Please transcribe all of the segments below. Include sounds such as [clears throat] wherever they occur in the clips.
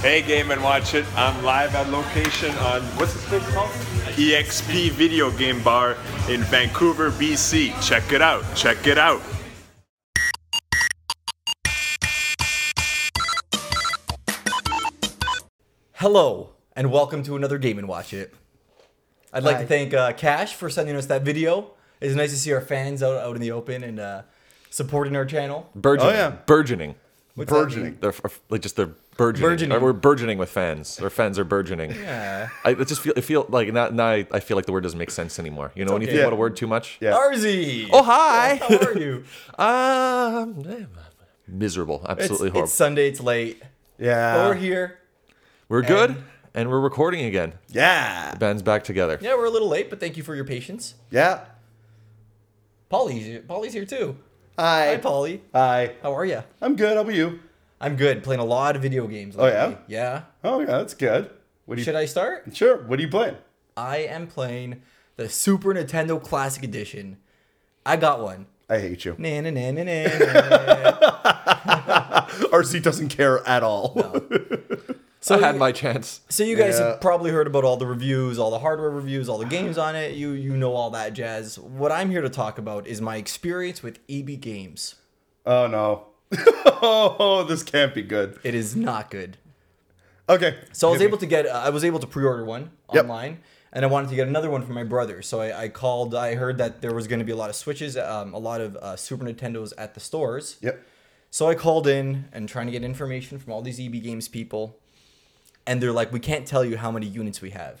Hey, Game and Watch It. I'm live at location on what's this place called? EXP Video Game Bar in Vancouver, BC. Check it out. Check it out. Hello, and welcome to another Game and Watch It. I'd like Hi. to thank uh, Cash for sending us that video. It's nice to see our fans out, out in the open and uh, supporting our channel. Burgeoning. Oh, yeah. Burgeoning. What's that Burgeoning. They're f- like just they're burgeoning. Burgeoning. We're burgeoning with fans. Their fans are burgeoning. Yeah. I it just feel I feel like now, now I, I feel like the word doesn't make sense anymore. You know when you okay. think Yeah. about a word too much. Yeah. Arzy! Oh hi. How are you? Um, eh, miserable. It's, Absolutely horrible. it's Sunday, it's late. But Yeah. we're here. we're good and we're recording again. Yeah. Band's back together. Yeah, we're a little late, but thank you for your patience. Yeah. Polly's here, Polly's here too. Hi, Hi. Polly. Hi. How are you? I'm good. How about you? I'm good. Playing a lot of video games. Oh, yeah? lately. Yeah. Oh, yeah. That's good. What do you? Should I start? Sure. What are you playing? I am playing the Super Nintendo Classic Edition. I got one. I hate [laughs] you. Na na na na na. RC doesn't care at all. So I had you- my chance. So you guys Yeah. have probably heard about all the reviews, all the hardware reviews, all the games on it. You you know all that jazz. What I'm here to talk about is my experience with EB Games. [laughs] oh no. [laughs] oh, this can't be good. It is not good. Okay. So I was Give me- able to get uh, I was able to pre-order one Yep. online, and I wanted to get another one for my brother. So I, I called. I heard that there was going to be a lot of Switches, um, a lot of uh, Super Nintendos at the stores. Yep. So I called in and trying to get information from all these EB Games people, and they're like, "We can't tell you how many units we have."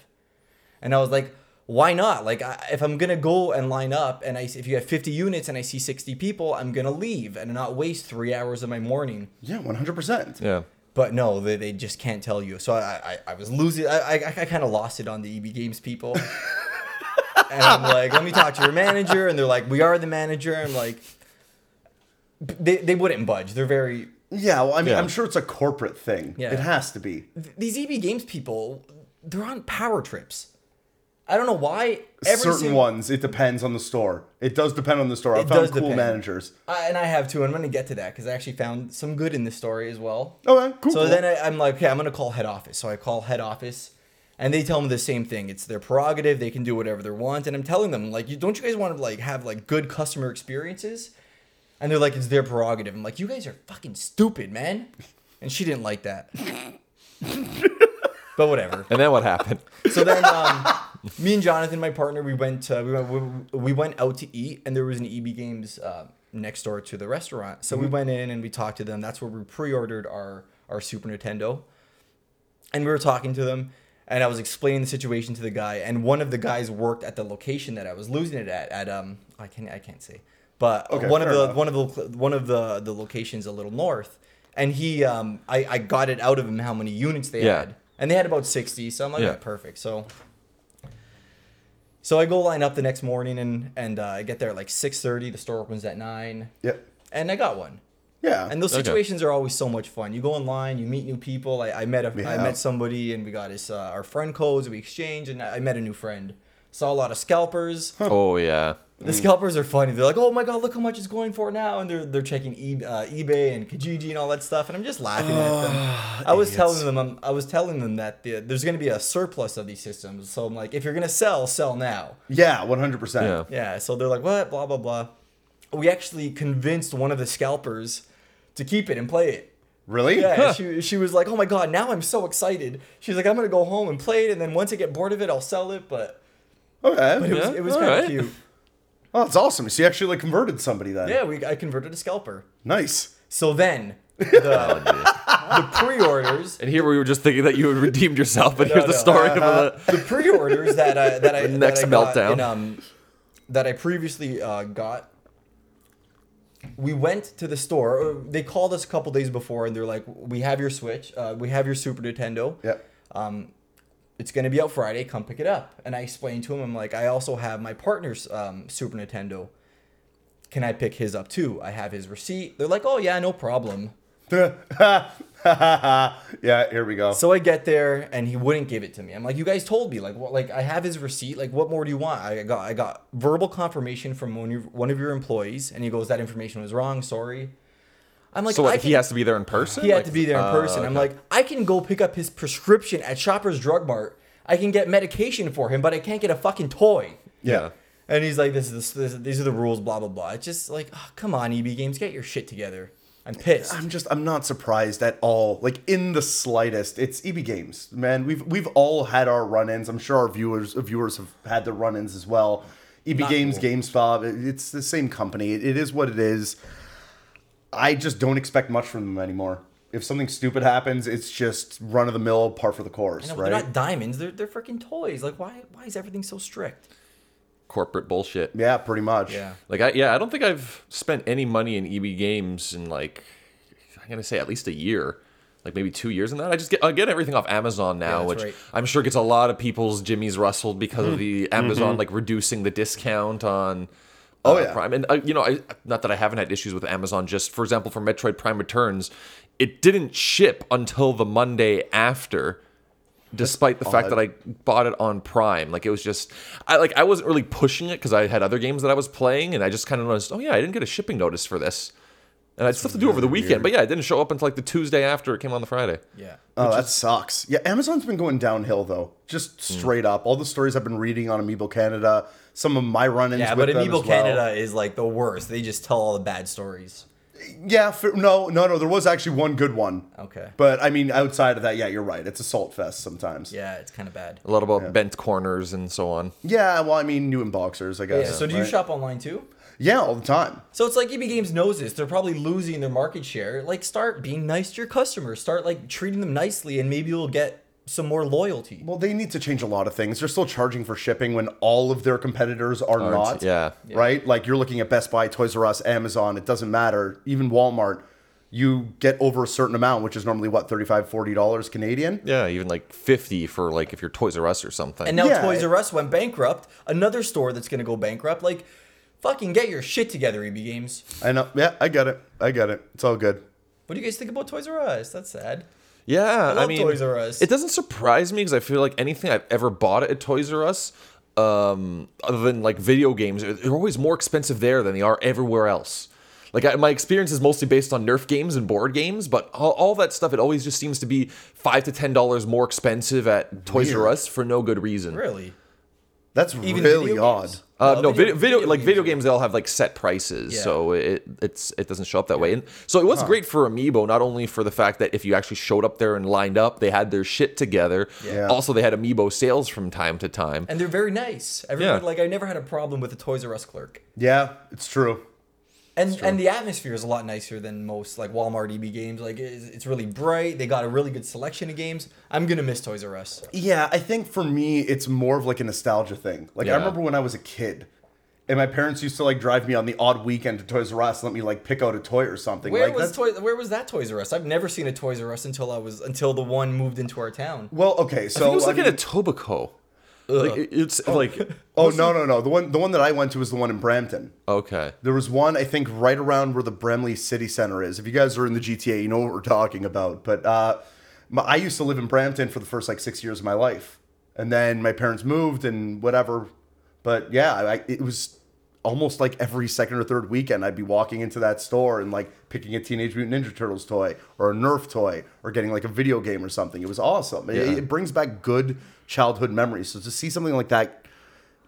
And I was like, "Why not? Like, I, if I'm gonna go and line up, and I if you have 50 units and I see 60 people, I'm gonna leave and not waste three hours of my morning." Yeah, 100. percent Yeah. But no, they, they just can't tell you. So I I, I was losing. I I, I kind of lost it on the EB Games people. and I'm like, let me talk to your manager. And they're like, we are the manager. I'm like, they, they wouldn't budge. They're very Yeah. Well, I mean, Yeah. I'm sure it's a corporate thing. Yeah. It has to be. these EB Games people, they're on power trips. I don't know why. Certain single- ones. It depends on the store. It does depend on the store. I It found does cool depend. managers. I, and I have too. and I'm going to get to that because I actually found some good in this story as well. Okay. Cool. So cool. then I, I'm like, okay, I'm going to call head office. So I call head office and they tell me the same thing. It's their prerogative. They can do whatever they want. And I'm telling them like, you, don't you guys want to like have like good customer experiences? And they're like, it's their prerogative. I'm like, you guys are fucking stupid, man. And she didn't like that. [laughs] but whatever. And then [laughs] what happened? So then, um, [laughs] me and Jonathan, my partner, we went uh, we went we- we went out to eat, and there was an EB Games uh, next door to the restaurant. So we Mm-hmm. went in and we talked to them. That's where we pre-ordered our our Super Nintendo, and we were talking to them. And I was explaining the situation to the guy, and one of the guys worked at the location that I was losing it at. At um, I can I can't say, but Okay, one of fair the enough. one of the one of the the locations a little north, and he um, I I got it out of him how many units they Yeah. had, and they had about sixty. So I'm like, Yeah. "Ah, perfect. So so I go line up the next morning and and uh, I get there at like six thirty. The store opens at nine, Yep. and I got one. Yeah. And those Okay. situations are always so much fun. You go online, you meet new people. I, I met a I Yeah. met somebody, and we got his uh, our friend codes. We exchanged, and I I met a new friend. Saw a lot of scalpers. oh yeah. The scalpers are funny. They're like, "Oh my god, look how much it's going for now," and they're they're checking e- uh, eBay and Kijiji and all that stuff. And I'm just laughing at Ah, them. I was telling them, I'm, I was telling them that the, there's going to be a surplus of these systems. So I'm like, if you're going to sell, sell now. yeah. 100. Yeah. percent Yeah. So they're like, "What?" Blah blah blah. We actually convinced one of the scalpers to keep it and play it. Really? Yeah, she, she was like, oh my god, now I'm so excited. She's like, I'm gonna go home and play it, and then once I get bored of it, I'll sell it. But Okay. it was, Yeah, it was all kind of right. cute. Oh, that's awesome. So you actually like converted somebody then. Yeah, we I converted a scalper. Nice. So then [laughs] Oh, the, the pre-orders, And here we were just thinking that you had redeemed yourself, but here's the no. Uh-huh. story of the the pre-orders that I that I that Next I got meltdown. in, um, that I previously uh, got. We went to the store. or They called us a couple days before, and they're like, "We have your Switch. Uh, we have your Super Nintendo. Yep. [laughs] it's gonna be out Friday. Come pick it up. And I explained to him, I'm like, I also have my partner's um, Super Nintendo. Can I pick his up too? I have his receipt. They're like, oh yeah, no problem. yeah. Here we go. So I get there and he wouldn't give it to me. I'm like, you guys told me, like, what, like I have his receipt. Like, what more do you want? I got, I got verbal confirmation from one of, one of your employees, and he goes, that information was wrong. Sorry. I'm like, so what, I he can- has to be there in person. He had Like, to be there in uh, person. I'm like, I can go pick up his prescription at Shoppers Drug Mart. I can get medication for him, but I can't get a fucking toy. yeah. And he's like, this is this, these are the rules, blah blah blah. It's just like, oh, come on, EB Games, get your shit together. I'm pissed. I'm just I'm not surprised at all. Like in the slightest. It's EB Games, man. We've we've all had our run-ins. I'm sure our viewers viewers have had their run-ins as well. EB Not Games, cool. GameStop, it- it's the same company. It- it is what it is. I just don't expect much from them anymore. If something stupid happens, it's just run of the mill, par for the course, You know, right? They're not diamonds. They're they're freaking toys. Like, why why is everything so strict? Corporate bullshit. yeah, pretty much. Yeah. Like I yeah, I don't think I've spent any money in EB Games in like I'm gonna say at least a year, like maybe two years in that. I just get I get everything off Amazon now, that's which right. I'm sure gets a lot of people's jimmies rustled because Mm-hmm. of the Amazon like reducing the discount on. Oh, uh, yeah. Prime and uh, you know, I, not that I haven't had issues with Amazon. Just for example, for Metroid Prime Returns, it didn't ship until the Monday after despite the fact that I bought it on Prime. Like it was just, I like I wasn't really pushing it because I had other games that I was playing, and I just kind of noticed, oh yeah, I didn't get a shipping notice for this, and I had stuff to do over the weekend. But yeah, it didn't show up until like the Tuesday after it came on the Friday. Yeah. Oh, that sucks. Yeah, Amazon's been going downhill though, just straight up. All the stories I've been reading on Amiibo Canada, some of my run-ins Yeah, with but them Amiibo as well. Canada is like the worst. They just tell all the bad stories. Yeah, fair, no, no, no. There was actually one good one. Okay. But I mean, outside of that, yeah, you're right. It's a salt fest sometimes. Yeah, it's kind of bad. A lot about bent corners and so on. Yeah, well, I mean, new inboxers, I Yeah. guess. so do you right? shop online too? Yeah, all the time. So it's like EB Games knows this. They're probably losing their market share. Like, start being nice to your customers. Start like treating them nicely, and maybe you'll get some more loyalty. Well, they need to change a lot of things. They're still charging for shipping when all of their competitors are Aren't, not. yeah. Right? Like you're looking at Best Buy, Toys R Us, Amazon, it doesn't matter. Even Walmart, you get over a certain amount, which is normally what, 35 $40 Canadian? Yeah, even like fifty for like if you're Toys R Us or something. And now Yeah, Toys it- R Us went bankrupt. Another store that's gonna go bankrupt. Like, fucking get your shit together, EB Games. I know. Yeah, I get it. I get it. It's all good. What do you guys think about Toys R Us? That's sad. Yeah, I, love mean, Toys R Us. It doesn't surprise me because I feel like anything I've ever bought at Toys R Us, um, other than like video games, they're they're always more expensive there than they are everywhere else. Like I, my experience is mostly based on Nerf games and board games, but all, all that stuff it always just seems to be five to ten dollars more expensive at Toys R Weird. Us for no good reason. Really. That's Even really video odd. games? Uh, No, no, video, video- video, video like games video are- games, they'll have like set prices, Yeah. so it it's it doesn't show up that way. And so it was great for Amiibo, not only for the fact that if you actually showed up there and lined up, they had their shit together. Yeah. Also, they had Amiibo sales from time to time. And they're very nice. Everyone Yeah. like I never had a problem with a Toys R Us clerk. Yeah, it's true. And and the atmosphere is a lot nicer than most like Walmart EB games. Like it's, it's really bright. They got a really good selection of games. I'm gonna miss Toys R Us. Yeah, I think for me, it's more of like a nostalgia thing. Like Yeah. I remember when I was a kid, and my parents used to like drive me on the odd weekend to Toys R Us, and let me like pick out a toy or something. Where like was that's Toy, Where was that Toys R Us? I've never seen a Toys R Us until I was until the one moved into our town. well, okay. I think So it was I like mean- an Etobicoke. Like it- it's like [laughs] oh no no no the one the one that I went to was the one in Brampton. okay. There was one I think right around where the Bremley City Center is. If you guys are in the GTA, you know what we're talking about. But uh, my, I used to live in Brampton for the first like six years of my life, and then my parents moved and whatever. But yeah, I, it was almost like every second or third weekend I'd be walking into that store and like picking a Teenage Mutant Ninja Turtles toy or a Nerf toy or getting like a video game or something. It was awesome. It- Yeah. It, brings back good childhood memories. So to see something like that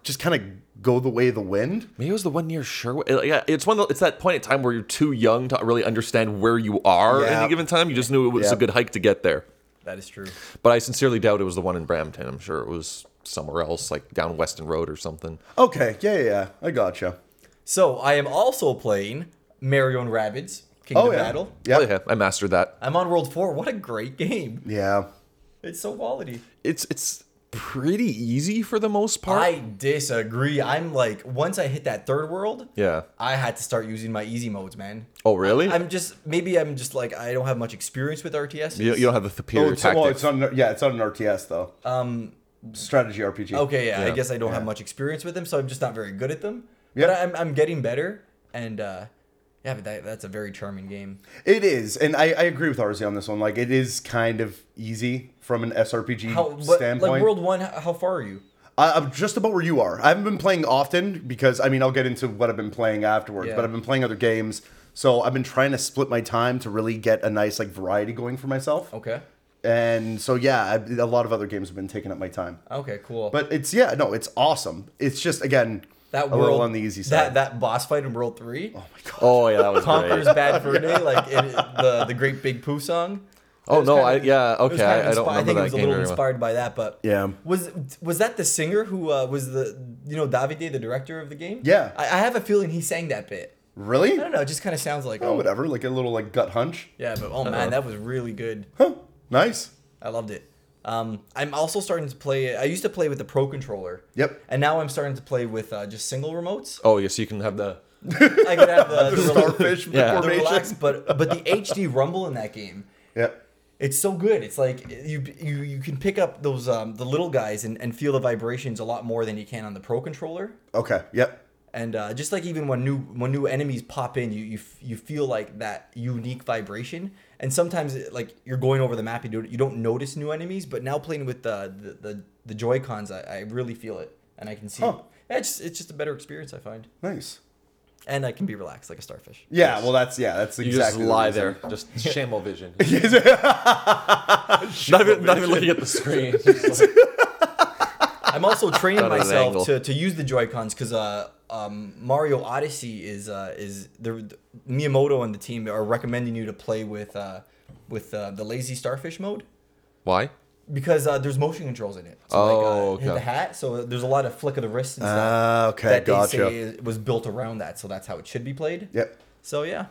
just kind of go the way of the wind. Maybe it was the one near Sherwood. Uh, Yeah, it's one. of the- It's that point in time where you're too young to really understand where you are at Yeah. any given time. You just knew it was Yeah. a good hike to get there. That is true. But I sincerely doubt it was the one in Brampton. I'm sure it was somewhere else, like down Weston Road or something. Okay, yeah, yeah, yeah. I gotcha. So I am also playing Mario and Rabbids Kingdom Oh yeah. Battle. Yeah. Oh, yeah, I mastered that. I'm on World Four. What a great [laughs] game! Yeah. It's so quality. It's it's pretty easy for the most part. I disagree. I'm like, once I hit that third world, Yeah. I had to start using my easy modes, man. oh, really? I'm just maybe I'm just like I don't have much experience with RTS. you, you don't have the superior Oh, it's, well, tactics. it's not. an- Yeah, it's not an RTS though. Um, strategy RPG. okay, yeah, I Yeah. guess I don't have Yeah. much experience with them, so I'm just not very good at them. But Yeah. I'm I'm getting better, and uh, yeah, but that, that's a very charming game. It is, and I, I agree with RZ on this one. Like, it is kind of easy from an SRPG How what, standpoint. like World One? h- How far are you? I, I'm just about where you are. I haven't been playing often because I mean I'll get into what I've been playing afterwards, Yeah. but I've been playing other games. So I've been trying to split my time to really get a nice like variety going for myself. Okay. And so yeah, I, a lot of other games have been taking up my time. Okay. Cool. But it's yeah, no, it's awesome. It's just again that a world little on the easy side. That that boss fight in World Three. Oh yeah, that was Conquerors great. Bad Fur [laughs] Day, like it, the the Great Big Pooh song. Oh, It was no, kind I- yeah, it was okay, kind of I- I don't inspi- I remember think it that was a game little very well. inspired by that, but Yeah. was was that the singer who uh, was the you know Davide, the director of the game? Yeah. I, I have a feeling he sang that bit. really? I don't know, it just kind of sounds like Oh, oh, whatever. Like a little like gut hunch. yeah, but oh Uh-huh. man, that was really good. Huh. Nice. I loved it. Um, I'm also starting to play. I used to play with the pro controller. Yep. And now I'm starting to play with uh, just single remotes. Oh yeah, so you can have the I could have uh, [laughs] the, the, rela- Starfish [laughs] Yeah. the formation. relax, but but the HD rumble in that game. Yep. It's so good. It's like you you, you can pick up those um, the little guys and, and feel the vibrations a lot more than you can on the pro controller. Okay. Yep. And uh, just like even when new when new enemies pop in, you you, f- you feel like that unique vibration. And sometimes it, like you're going over the map, you don't you don't notice new enemies. But now playing with the the the, the Joy Cons, I, I really feel it, and I can see. Huh. Yeah, it's it's just a better experience I find, Nice. and I can be relaxed like a starfish. Yeah. Well, that's yeah. That's you just exactly. the lie reason. there, just shamble [laughs] vision. not even not even looking at the screen. Just like- I'm [laughs] also training Got it at an angle. myself to, to use the Joy Cons because uh, um, Mario Odyssey is uh, is the Miyamoto and the team are recommending you to play with uh, with uh, the lazy starfish mode Why? because uh, there's motion controls in it. So Oh, like, uh, hit okay. the hat, so there's a lot of flick of the wrist and stuff Ah, okay. that they gotcha. say is- was built around that. So that's how it should be played. Yep. [laughs] So yeah,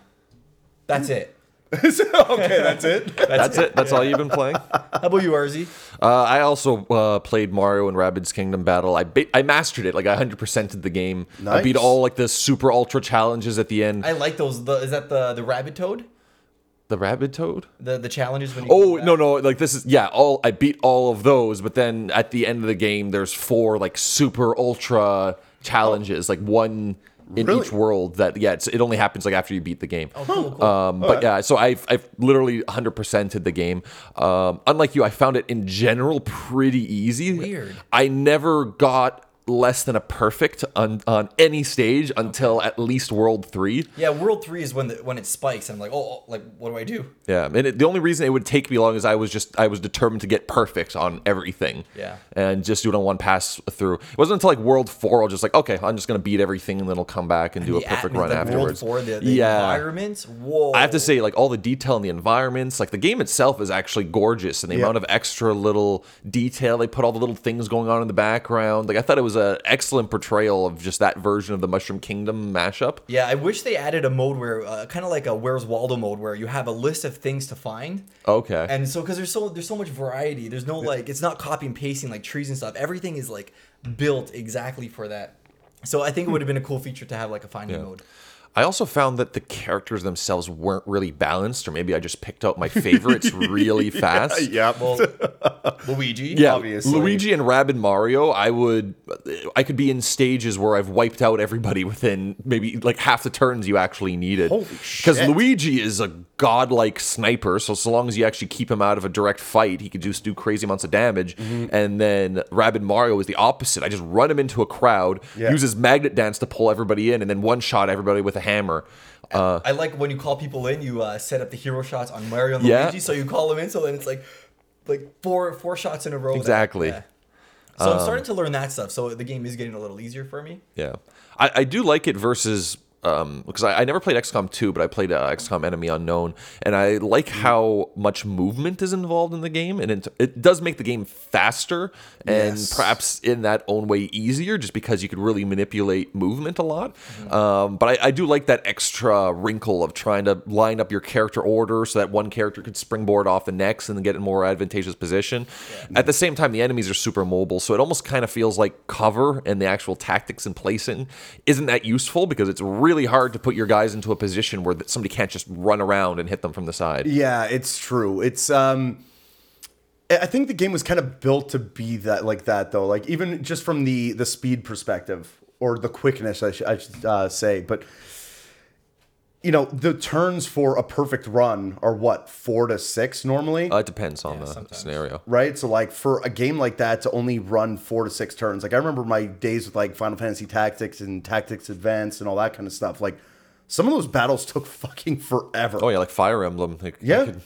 that's it. okay, [laughs] that's it. That's it. That's all you've been playing. How about you, Arzy? Uh, I also uh, played Mario and Rabbids Kingdom Battle. I ba- I mastered it. Like I 100%ed the game. I beat Nice. all like the super ultra challenges at the end. I like those. The, is that the the rabbit toad? the Rabbit Toad? The the challenges when you Oh come no back? no like this is yeah all I beat all of those but then at the end of the game there's four like super ultra challenges like one in Really? each world that yeah it's, it only happens like after you beat the game Oh, cool, cool. um, but yeah so I've, I've literally 100%ed the game um, unlike you I found it in general pretty easy Weird. I never got less than a perfect on, on any stage until at least world three Yeah, World Three is when the, when it spikes. I'm like, oh, oh, like what do I do? Yeah, and it, the only reason it would take me long is I was just I was determined to get perfect on everything. Yeah. and just do it on one pass through. It wasn't until like World Four I was just like, okay, I'm just gonna beat everything, and then I'll come back and do a The perfect atmos- run like afterwards. World Four, the, the yeah, environments. Whoa. I have to say, like all the detail in the environments, like the game itself is actually gorgeous, and the Yeah. amount of extra little detail they put all the little things going on in the background. Like I thought it was an excellent portrayal of just that version of the Mushroom Kingdom mashup. Yeah, I wish they added a mode where, uh, kind of like a Where's Waldo mode, where you have a list of things to find. Okay, And so, because there's so there's so much variety, there's no like it's not copy and pasting like trees and stuff. Everything is like built exactly for that. So I think it Hmm. would have been a cool feature to have like a finding mode. I also found that the characters themselves weren't really balanced, or maybe I just picked out my favorites really fast. Yep. Well, Luigi. Yeah, Obviously. Luigi and Rabid Mario, I would, I could be in stages where I've wiped out everybody [laughs] within maybe like half the turns you actually needed. Holy Because shit. Luigi is a godlike sniper, so so long as you actually keep him out of a direct fight, he could just do crazy amounts of damage. Mm-hmm. And then Rabid Mario is the opposite. I just run him into a crowd, Yeah. uses magnet dance to pull everybody in, and then one shot everybody with a hammer. Uh, I like when you call people in, you uh, set up the hero shots on Mario and Yeah. Luigi, so you call them in, so then it's like like four four shots in a row. that- Exactly. yeah. So Um, I'm starting to learn that stuff. So the game is getting a little easier for me. Yeah, I, I do like it versus um because I, I never played XCOM 2, but I played uh, XCOM Enemy Unknown, and I like how much movement is involved in the game, and it, it does make the game faster and Yes. perhaps in that own way easier, just because you could really manipulate movement a lot. Um, but I, I do like that extra uh, wrinkle of trying to line up your character order so that one character could springboard off the next and then get in a more advantageous position. At the same time, the enemies are super mobile, so it almost kind of feels like cover and the actual tactics and placing isn't that useful because it's really hard to put your guys into a position where that somebody can't just run around and hit them from the side. Yeah, it's true. It's um I I think the game was kind of built to be that like that though. Like even just from the the speed perspective or the quickness I, sh- I should uh, say, but you know, the turns for a perfect run are what 4 to 6 normally, Uh, it depends on the sometimes. scenario. right? So like for a game like that to only run 4 to 6 turns. Like I remember my days with like Final Fantasy Tactics and Tactics Advance and all that kind of stuff. Like Some of those battles took fucking forever. Oh yeah, like Fire Emblem. Like, Yeah. You could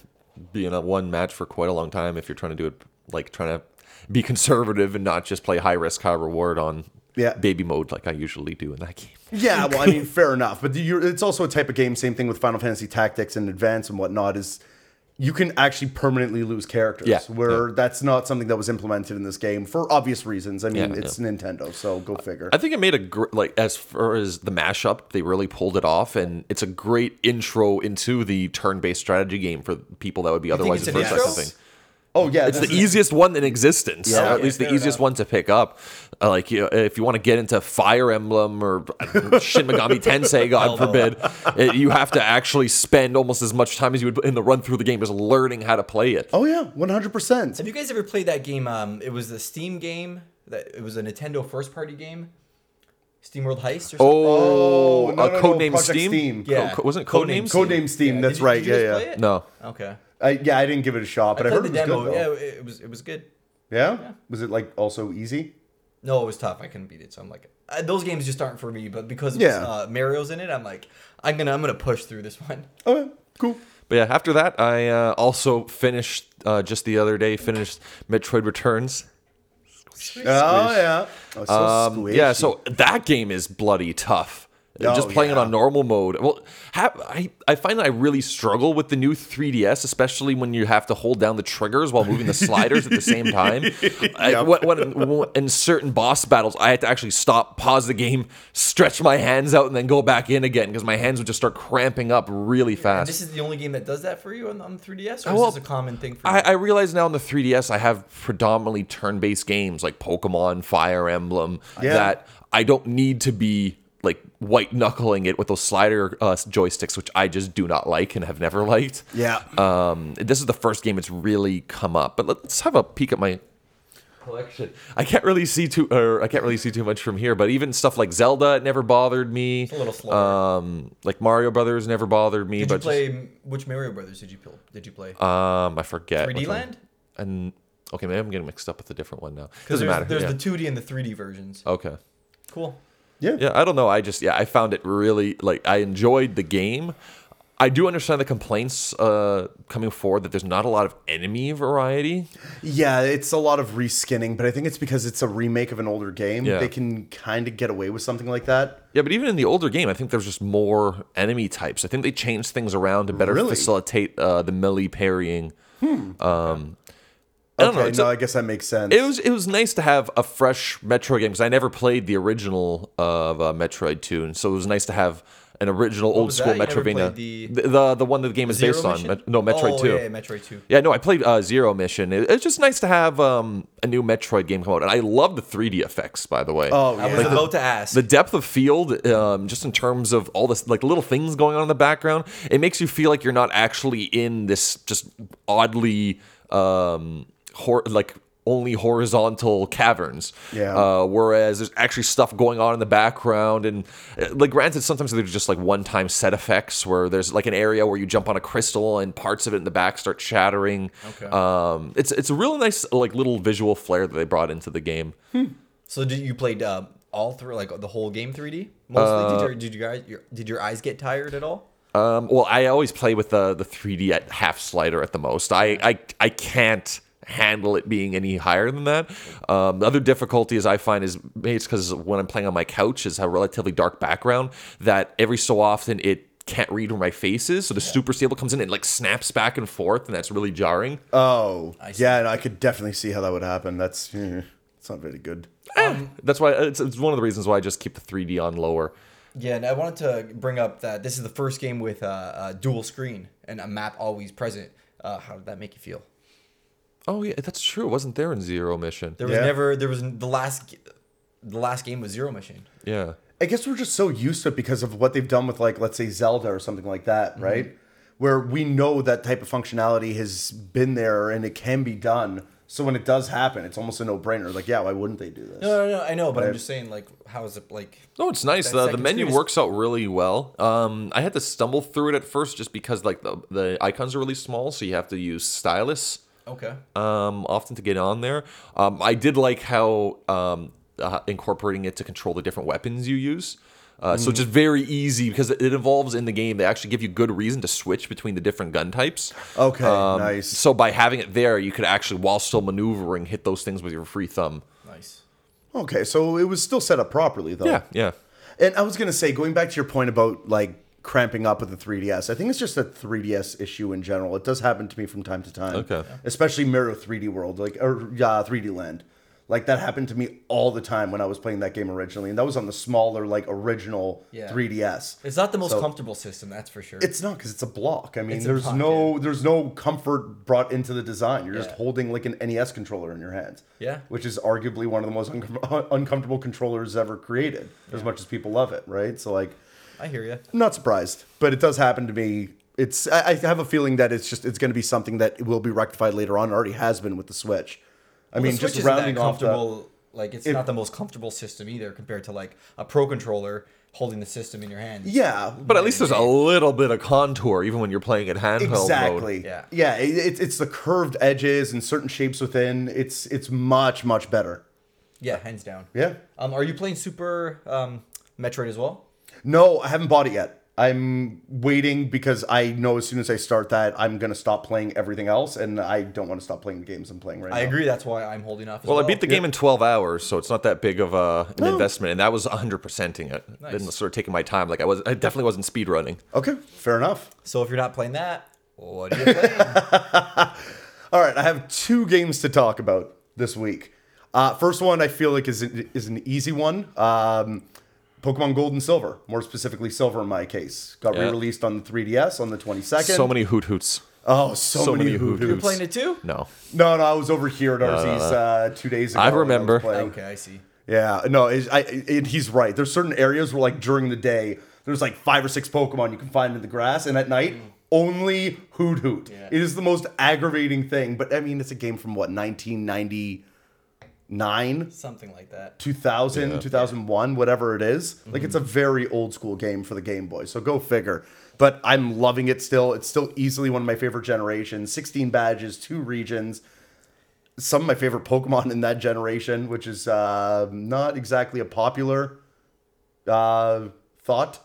be in a one match for quite a long time if you're trying to do it like trying to be [laughs] conservative and not just play high risk, high reward on Yeah. baby mode like I usually do in that game. Yeah, well, I [laughs] mean, fair enough. But you it's also a type of game. Same thing with Final Fantasy Tactics and Advance and whatnot. Is you can actually permanently lose characters. Yeah, where that's not something that was implemented in this game for obvious reasons. I mean, Yeah, it's Nintendo, so go figure. I think it made a gr- like as far as the mashup, they really pulled it off, and it's a great intro into the turn-based strategy game for people that would be otherwise it's the an first intro? second thing. oh yeah, It's that's the easiest one in existence, Yeah. or at least Yeah, the fair easiest one to pick up. Uh, like, you know, if you want to get into Fire Emblem or I don't know, Shin [laughs] Megami Tensei, God forbid, it, you have to actually spend almost as much time as you would in the run through the game just learning how to play it. Oh yeah, one hundred percent. Have you guys ever played that game? Um, it was the Steam game. That it was a Nintendo first party game. Steam World Heist or something. Oh, Oh, no, uh, no, no, Codename Project Steam? Steam. Co- Yeah. co- wasn't it Codename Codename? Steam. Codename Steam. Yeah, That's did you- right. did you yeah, guys yeah. play it? No. Okay. I, yeah, I didn't give it a shot, I but I, played heard the it was demo. good. yeah, Though. it it was it was good. Yeah? Was it like also easy? No, it was tough. I couldn't beat it, so I'm like, uh, those games just aren't for me. But because Yeah. uh, Mario's in it, I'm like, I'm gonna I'm gonna push through this [laughs] one. Oh, yeah. cool. But yeah, after that, I uh, also finished uh, just the other day, finished uh, Metroid Returns. Oh yeah. Oh, so Um, yeah, squishy. so that game is bloody tough. Oh, Just playing yeah. it on normal mode. Well, ha I I find that I really struggle with the new 3DS, especially when you have to hold down the triggers while moving the [laughs] sliders at the same time. I, when, when- when- in certain boss battles, I had to actually stop, pause the game, stretch my hands out, and then go back in again because my hands would just start cramping up really fast. This is the only game that does that for you on, on 3DS, or Uh, well, is this a common thing for you? I, I realize now on the 3DS I have predominantly turn-based games like Pokemon, Fire Emblem Yeah. that I don't need to be like white knuckling it with those slider uh, joysticks, which I just do not like and have never [laughs] liked. Yeah. Um, this is the first game it's really come up, but let's have a peek at my collection. I can't really see too, or I can't really see too much from here. But even stuff like Zelda, it never bothered me. a little slower. Um, like Mario Brothers never bothered me. did but you play which Mario Brothers did you play? Did you play? just, um, I forget. 3D which one. Land? And okay, maybe I'm getting mixed up with a different one now. Because Doesn't there's, matter. there's yeah. the 2D and the 3D versions. okay. Cool. yeah. Yeah, I don't know. I just yeah, I found it really like I enjoyed the game. I do understand the complaints uh, coming forward that there's not a lot of enemy variety. Yeah, it's a lot of reskinning, but I think it's because it's a remake of an older game. Yeah. They can kind of get away with something like that. Yeah, but even in the older game, I think there's just more enemy types. I think they changed things around to better Really? facilitate uh, the melee parrying. Um, I don't Okay, know. no, It's I guess that makes sense. it was it was nice to have a fresh Metroid game because I never played the original of uh, Metroid Two, and so it was nice to have an original old was school that? You never Metroidvania. played the- the, the the one that the game is Zero based on. Mission? Met- no, Metroid oh, Two. Yeah, yeah, Metroid 2. Yeah, no, I played uh, Zero Mission. It, it's just nice to have um, a new Metroid game come out, and I love the 3D effects, by the way. oh, I yeah. was about to ask. The depth of field, um, just in terms of all this, like little things going on in the background, it makes you feel like you're not actually in this just oddly, um, hor- like only horizontal caverns. Yeah. Uh, whereas there's actually stuff going on in the background, and uh, like granted, sometimes they're just like one-time set effects where there's like an area where you jump on a crystal and parts of it in the back start shattering. Okay. Um, it's it's a really nice like little visual flair that they brought into the game. so did you played uh, all through like the whole game 3D? Mostly Uh, did, you, did you guys your, did your eyes get tired at all? Um, well, I always play with the the 3D at half slider at the most. I I, I can't handle it being any higher than that. Um, the other difficulty is I find is maybe it's because when I'm playing on my couch is a relatively dark background that every so often it can't read where my face is. So the super stable comes in and like snaps back and forth, and that's really jarring. oh, see. yeah. And I could definitely see how that would happen. That's eh, it's not very good. Eh, that's why it's, it's one of the reasons why I just keep the 3D on lower. Yeah, and I wanted to bring up that this is the first game with uh, uh, dual screen and a map always present. Uh, how did that make you feel? Oh yeah, that's true. It wasn't there in Zero Mission. There was Yeah. never there was the last g- the last game was Zero Machine. Yeah. I guess we're just so used to it because of what they've done with like let's say Zelda or something like that, right? Where we know that type of functionality has been there and it can be done. So when it does happen, it's almost a no-brainer. Like, yeah, why wouldn't they do this? No, no, no, I know, but I'm just saying like how is it like No, it's nice. That The, the second menu screen is- works out really well. Um, I had to stumble through it at first just because like the, the icons are really small, so you have to use stylus okay. um, often to get on there. Um, I did like how um, uh, incorporating it to control the different weapons you use. Uh, So just very easy because it it evolves in the game. They actually give you good reason to switch between the different gun types. Okay, Oh, nice. Um, So by having it there, you could actually, while still maneuvering, hit those things with your free thumb. Nice. Okay, so it was still set up properly though. Yeah, yeah. And I was gonna say, going back to your point about like cramping up with the 3DS, I think it's just a 3DS issue in general. It does happen to me from time to time. Okay. Especially Mirror 3D World, like or yeah, 3D Land. Like that happened to me all the time when I was playing that game originally, and that was on the smaller, like original Yeah. 3DS. It's not the most So- comfortable system, that's for sure. It's not because it's a block. I mean, It's a there's block, no there's no comfort brought into the design. You're just Yeah. holding like an NES controller in your hands. Yeah. which is arguably one of the most uncom- [laughs] uncomfortable controllers ever created. As much as people love it, right? So like, I hear you. I'm not surprised, but it does happen to me. It's I, I have a feeling that it's just it's going to be something that will be rectified later on. It already has been with the Switch. I mean, just rounding off the, comfortable. like it's not the most comfortable system either compared to like a pro controller holding the system in your hand. yeah, But at least there's a little bit of contour, even when you're playing it handheld exactly. mode. Yeah. Yeah, yeah. It, it's it's the curved edges and certain shapes within. It's it's much much better. Yeah, hands down. Yeah. Um, are you playing Super um, Metroid as well? No, I haven't bought it yet. I'm waiting because I know as soon as I start that, I'm gonna stop playing everything else, and I don't want to stop playing the games I'm playing right I now. agree. That's why I'm holding off. As well, Well, I beat the game in 12 hours, so it's not that big of a, an investment, and that was 100%ing it. I Didn't sort of taking my time. Like I was, I definitely wasn't speed running. Okay, fair enough. So if you're not playing that, what are you [laughs] playing? All right, I have two games to talk about this week. Uh, first one I feel like is is an easy one. Um, Pokemon Gold and Silver, more specifically Silver in my case, got Yeah. re-released on the 3DS on the 22nd. So many hoot hoots. oh, so, so many, many hoot hoot-hoots. you're playing it too? No, No, no, I was over here at RZ's uh, two days ago. I when was remember. playing. Okay, I see. Yeah, no, it's, I, it, he's right. There's certain areas where, like, during the day, there's like five or six Pokemon you can find in the grass, and at night, only Hoot Hoot. Yeah. It is the most aggravating thing. But I mean, it's a game from what 1999, Something like that. 2000, 2001, whatever it is. Like, it's a Mm-hmm. very old school game for the Game Boy. So go figure. But I'm loving it still. It's still easily one of my favorite generations. 16 badges, two regions some of my favorite Pokemon in that generation, which is uh, not exactly a popular uh, thought.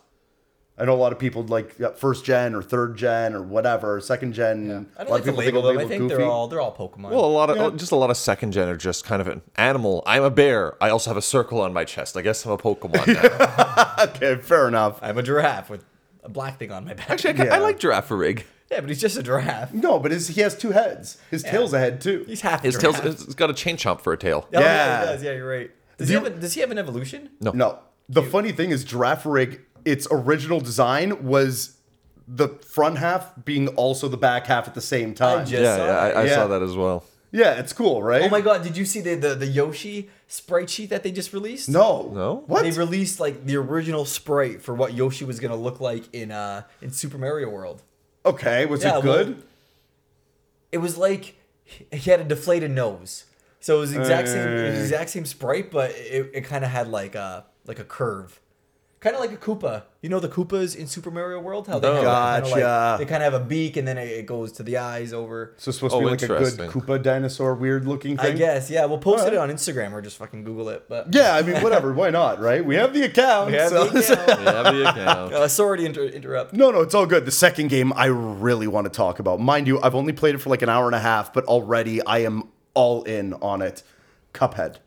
I know a lot of people like yeah, first gen or third gen or whatever, second gen. I a lot don't like of to people think label of them. I think they're goofy. all they're all Pokemon. well, a lot of oh, just a lot of second gen are just kind of an animal. I'm a bear. I also have a circle on my chest. I guess I'm a Pokemon now. okay. Fair enough. I'm a giraffe with a black thing on my back. [laughs] [laughs] Actually, I, ca- Yeah. I like giraffe rig. yeah, but he's just a giraffe. No, but his, he has two heads. His tail's a head too. He's half. a His tail's giraffe. it's got a chain chomp for a tail. [laughs] Oh, yeah, Yeah. he does. Yeah, you're right. Does Do he have a, does he have an evolution? No, No. The funny thing is, Giraffe Rig, its original design was the front half being also the back half at the same time. just- yeah, saw yeah, I, I Yeah. saw that as well. yeah, it's cool, right? Oh my god, did you see the the, the Yoshi sprite sheet that they just released? No. No? What? They released like the original sprite for what Yoshi was gonna look like in uh in Super Mario World. Okay, was Yeah, it well- good? It was like he he had a deflated nose. So it was the exact same it was the exact same sprite, but it, it kinda had like a like a curve. Kinda like a Koopa. You know the Koopas in Super Mario World? How they No. have like, kinda like- Gotcha. they kinda have a beak and then it, it goes to the eyes over. so it's supposed Oh, to be like a good interesting. Koopa dinosaur weird looking I thing? guess, yeah. We'll post Alright. it on Instagram or just fucking Google it. But Yeah, I mean, whatever. Why not, right? We have the account. Yeah, so- the account. [laughs] Yeah, Uh, sorry to inter- interrupt. [laughs] No, no, it's all good. The second game I really want to talk about. Mind you, I've only played it for like an hour and a half, but already I am all in on it. Cuphead.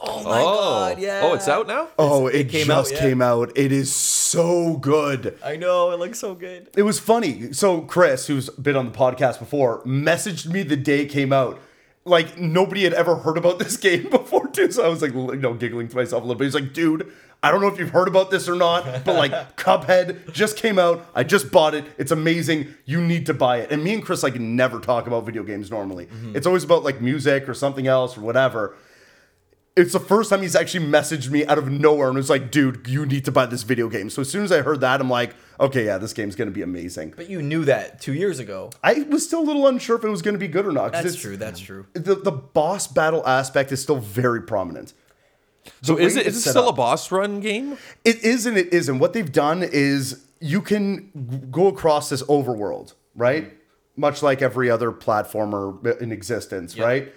Oh my oh, god, yeah. oh, it's out now. Oh, it, came out, just yeah. came out. It is so good. I know, it looks so good. It was funny. So Chris, who's been on the podcast before, messaged me the day it came out. Like nobody had ever heard about [laughs] this game before, too. So I was like, you know, giggling to myself a little bit. He's like, dude, I don't know if you've heard about this or not, [laughs] but like Cuphead just came out. I just bought it. It's amazing. You need to buy it. And me and Chris like never talk about video games normally. Mm-hmm. It's always about like music or something else or whatever it's the first time he's actually messaged me out of nowhere and was like, dude, you need to buy this video game. So as soon as I heard that, I'm like, okay, yeah, this game's gonna be amazing. But you knew that two years ago. I was still a little unsure if it was gonna be good or not. 'cause That's it's- true, that's true. The, the boss battle aspect is still very prominent. So is way it is it's it set still up. a boss run game? It is and it isn't. What they've done is you can g- go across this overworld, right? Much like every other platformer in existence, right?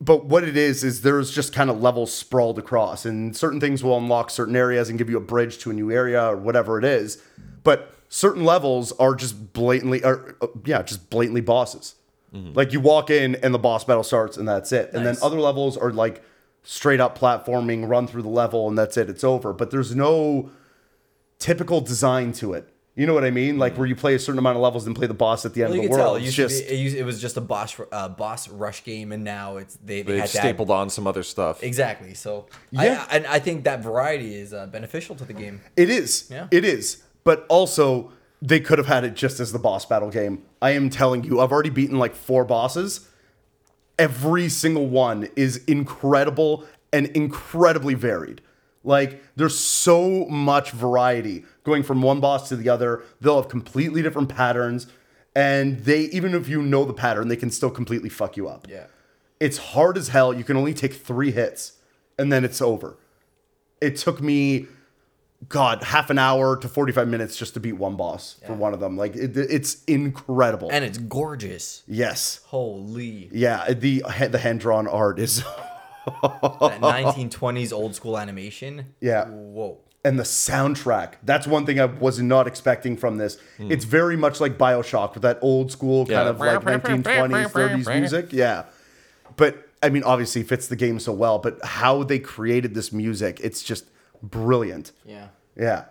but what it is is there's just kind of levels sprawled across, and certain things will unlock certain areas and give you a bridge to a new area or whatever it is. But certain levels are just blatantly, or uh, yeah, just blatantly bosses. Mm-hmm. Like you walk in and the boss battle starts and that's it. And then other levels are like straight up platforming, run through the level and that's it. It's over. But there's no typical design to it. You know what I mean? Like where you play a certain amount of levels and play the boss at the end Mm-hmm. Well, you of the could tell world. it, It's used just to be, it, used, it was just a boss uh, boss rush game, and now it's they, they They've had to add- stapled on some other stuff. exactly. So Yeah. yeah, I, and I think that variety is uh, beneficial to the game. It is. Yeah. It is. But also, they could have had it just as the boss battle game. I am telling you, I've already beaten like four bosses. Every single one is incredible and incredibly varied. Like, there's so much variety going from one boss to the other. They'll have completely different patterns. And they, even if you know the pattern, they can still completely fuck you up. Yeah. It's hard as hell. You can only take three hits and then it's over. It took me, God, half an hour to 45 minutes just to beat one boss for one of them. Like, it, it's incredible. and it's gorgeous. yes. Holy, [laughs] Yeah. The, the hand drawn art is, [laughs] that 1920s old school animation. Yeah. Whoa. and the soundtrack. That's one thing I was not expecting from this. It's very much like Bioshock with that old school kind Yeah. of like 1920s, 30s music. Yeah. But I mean, obviously fits the game so well, but how they created this music, it's just brilliant. Yeah. Yeah.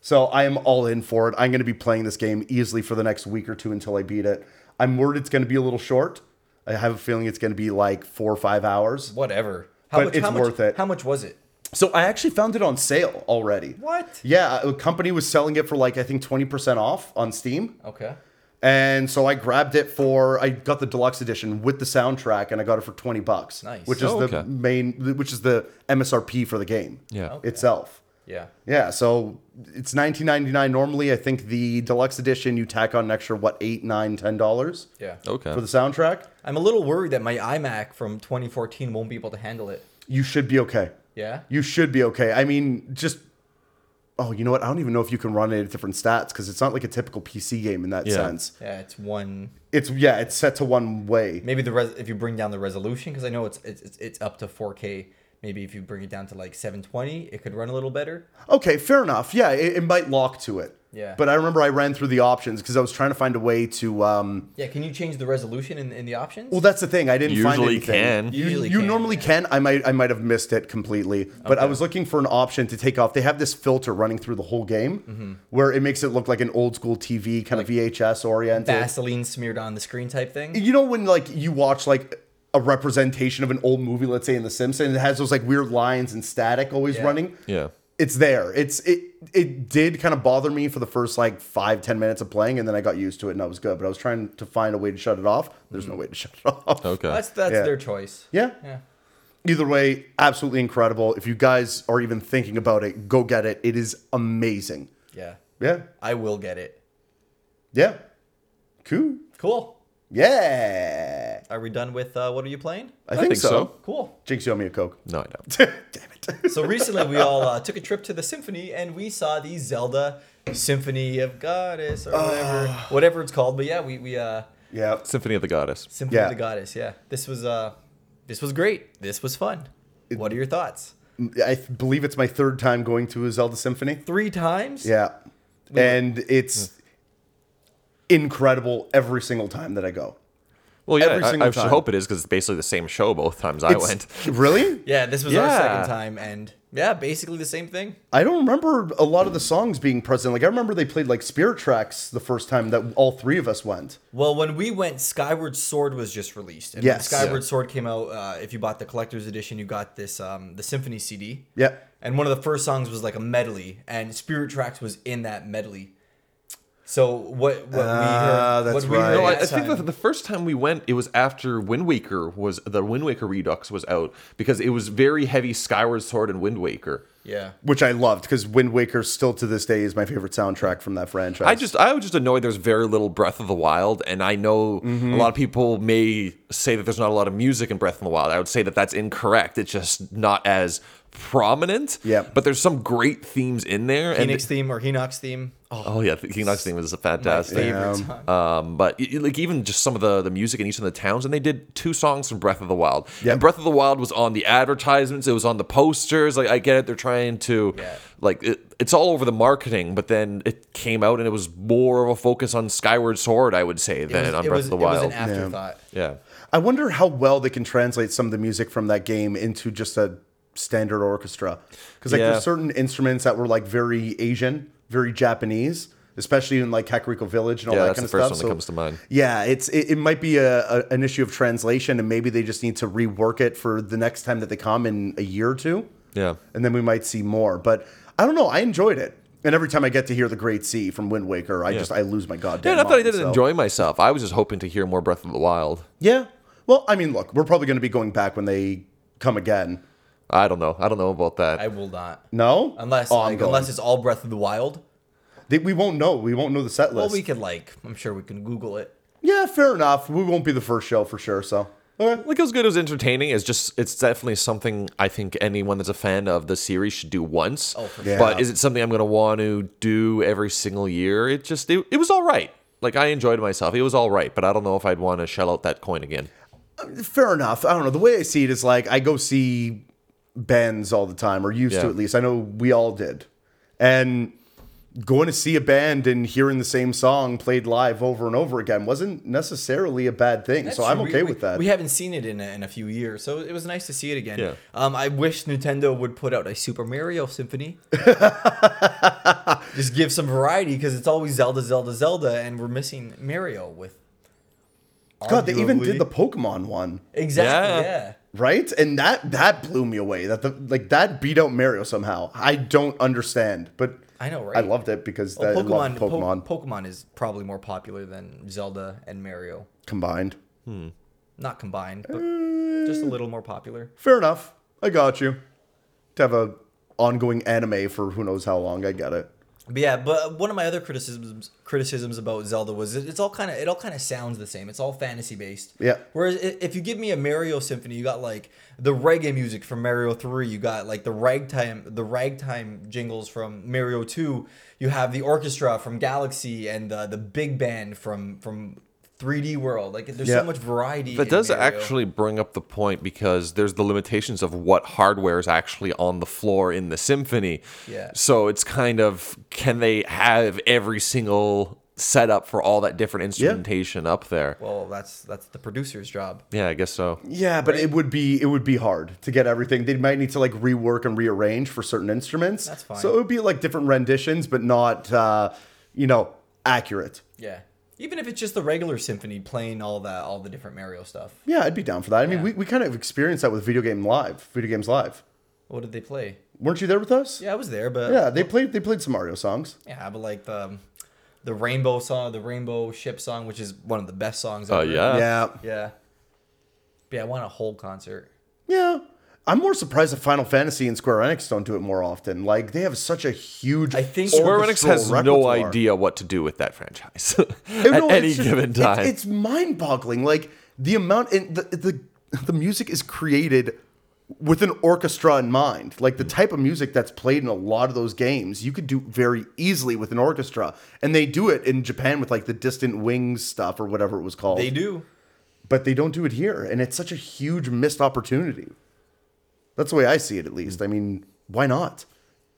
So I am all in for it. I'm going to be playing this game easily for the next week or two until I beat it. I'm worried it's going to be a little short. I have a feeling it's going to be like four or five hours. Whatever. How But it's how worth it. How much was it? So I actually found it on sale already. What? Yeah, a company was selling it for like I think 20% off on Steam. Okay. And so I grabbed it for I got the deluxe edition with the soundtrack and I got it for 20 bucks, Nice. which is Oh, the okay. main which is the MSRP for the game Yeah. Okay. itself. Yeah. Yeah, so it's 19.99 normally. I think the deluxe edition you tack on an extra what 8, 9, 10 dollars Yeah. Okay. for the soundtrack. I'm a little worried that my iMac from 2014 won't be able to handle it. You should be okay. Yeah. You should be okay. I mean, just oh, you know what? I don't even know if you can run it at different stats because it's not like a typical PC game in that Yeah. sense. Yeah, it's one. It's yeah, it's set to one way. Maybe the res- if you bring down the resolution, because I know it's, it's it's it's up to 4K. Maybe if you bring it down to like 720, it could run a little better. Okay, fair enough. Yeah, it, it might lock to it. Yeah. But I remember I ran through the options because I was trying to find a way to. Um, Yeah, can you change the resolution in, in the options? well, that's the thing. I didn't find Usually anything. can. You, Usually you can, normally can. I might I might have missed it completely. But I was looking for an option to take off. They have this filter running through the whole game Mm-hmm. where it makes it look like an old school TV kind of VHS oriented. Vaseline smeared on the screen type thing. you know when like you watch like a representation of an old movie let's say in the simpsons it has those like weird lines and static always Yeah. running Yeah. it's there it's it it did kind of bother me for the first like five ten minutes of playing and then i got used to it and i was good but i was trying to find a way to shut it off there's no way to shut it off Mm-hmm. Okay. That's that's Yeah. their choice. yeah Yeah. either way absolutely incredible if you guys are even thinking about it go get it it is amazing Yeah. yeah I will get it. yeah cool Cool. yeah Are we done with uh, what are you playing? i, think, think so, so. Cool. jinx you owe me a coke No, I don't. [laughs] damn it So recently we all uh, took a trip to the symphony and we saw the Zelda Symphony of Goddess or Ah. whatever whatever it's called. But yeah, we we uh yeah [laughs] Symphony of the Goddess. Symphony Yeah. of the Goddess. Yeah, this was uh, this was great. This was fun. what are your thoughts? I th- believe it's my third time going to a Zelda Symphony. Three times. Yeah. And it's incredible every single time that I go. Well, yeah, Every I, single I should time. hope it is because it's basically the same show both times I [laughs] It's- went. [laughs] Really? Yeah, this was our Yeah. second time, and yeah, basically the same thing. I don't remember a lot of the songs being present. Like I remember they played like Spirit Tracks the first time that all three of us went. Well, when we went, Skyward Sword was just released. And Yes. when Skyward Yeah. Sword came out. Uh, if you bought the collector's edition, you got this um, the Symphony CD. Yeah. And one of the first songs was like a medley, and Spirit Tracks was in that medley. So what what Ah, we heard, that's what we right. heard No, I, I that think time- the, the first time we went, it was after Wind Waker was the Wind Waker Redux was out because it was very heavy Skyward Sword and Wind Waker. Yeah. which I loved because Wind Waker still to this day is my favorite soundtrack from that franchise. I just I was just annoyed there's very little Breath of the Wild, and I know a lot of people may say that there's not a lot of music in Breath of the Wild. I would say that that's incorrect. It's just not as prominent. Yep. But there's some great themes in there. Phoenix And theme or Hinox theme. Oh, oh yeah, the Kingdoms theme was my fantastic. favorite song. Um, but y- y- like even just some of the the music in each of the towns, and they did two songs from Breath of the Wild. Yeah. And Breath of the Wild was on the advertisements, it was on the posters. Like I get it, they're trying to Yeah. like it, it's all over the marketing, but then it came out and it was more of a focus on Skyward Sword, I would say, It than was, on it Breath was, of the it was an Wild. afterthought. yeah, I wonder how well they can translate some of the music from that game into just a standard orchestra. Because like Yeah. there's certain instruments that were like very Asian, very Japanese, especially in like Kakariko Village and all yeah, that that's kind the of first stuff. one that comes So, to mind. Yeah, it's it, it might be a, a an issue of translation, and maybe they just need to rework it for the next time that they come in a year or two. Yeah. and then we might see more. But I don't know. I enjoyed it, and every time I get to hear the Great Sea from Wind Waker, I just I lose my goddamn. Yeah, not that I mind, didn't so. enjoy myself. I was just hoping to hear more Breath of the Wild. Yeah. Well, I mean, look, we're probably going to be going back when they come again. I don't know. I don't know about that. I will not. No, Unless Oh, I'm like, going. unless it's all Breath of the Wild. They- we won't know. We won't know the set Well, list. we could like I'm sure we can Google it. yeah, fair enough. We won't be the first show for sure. So okay. like it was good. It was entertaining. It's just it's definitely something I think anyone that's a fan of the series should do once. Oh, for sure. But Yeah. is it something I'm going to want to do every single year? It just it, it was all right. Like I enjoyed myself. It was all right, but I don't know if I'd want to shell out that coin again. fair enough. I don't know. The way I see it is like I go see bands all the time, or used to Yeah. at least. I know we all did, and going to see a band and hearing the same song played live over and over again wasn't necessarily a bad thing. so I'm We- okay we- with that. We haven't seen it in a, in a few years, so it was nice to see it again. Yeah. Um, I wish Nintendo would put out a Super Mario [laughs] Symphony. Just give some variety because it's always Zelda, Zelda, Zelda, and we're missing Mario with. God, they even arguably- did the Pokemon one. exactly. Yeah. Yeah. right and that that blew me away that the like that beat out mario somehow i don't understand but I know, right? i loved it because Well, that, Pokemon. i love Po- pokemon Pokemon is probably more popular than Zelda and Mario, combined not combined, but just a Eh. little more popular. fair enough i got you to have a ongoing anime for who knows how long i get it But yeah, but one of my other criticisms criticisms about Zelda was it, it's all kind of it all kind of sounds the same. It's all fantasy based. Yeah. Whereas i- if you give me a Mario symphony, you got like the reggae music from Mario Three. You got like the ragtime the ragtime jingles from Mario Two. You have the orchestra from Galaxy and the the big band from from 3D World. Like there's Yeah. so much variety. That in does Mario. actually bring up the point because there's the limitations of what hardware is actually on the floor in the symphony. Yeah. So it's kind of can they have every single setup for all that different instrumentation up there? Well, that's that's the producer's job. Yeah, I guess so. yeah but it would be it would be hard to get everything they might need to like rework and rearrange for certain instruments That's fine. so it would be like different renditions but not uh you know accurate Yeah. Even if it's just the regular symphony playing all that all the different Mario stuff. yeah i'd be down for that i mean Yeah. we, we kind of experienced that with video game live video games live What did they play? weren't you there with us Yeah, I was there, but Yeah, they played they played some Mario songs. Yeah, but like the um, the rainbow song, the rainbow ship song, which is one of the best songs. Oh ever. yeah. yeah. yeah. But yeah, I want a whole concert. Yeah. I'm more surprised that Final Fantasy and Square Enix don't do it more often. Like they have such a huge I think- Square Enix orchestral has no repertoire. idea what to do with that franchise [laughs] No, at no, any it's just- given it's- time. It's, mind-boggling. Like the amount and the, the the music is created with an orchestra in mind. Like the type of music that's played in a lot of those games, you could do very easily with an orchestra. And they do it in Japan with like the Distant Wings stuff or whatever it was called. They do. but they don't do it here and it's such a huge missed opportunity that's the way i see it at least i mean why not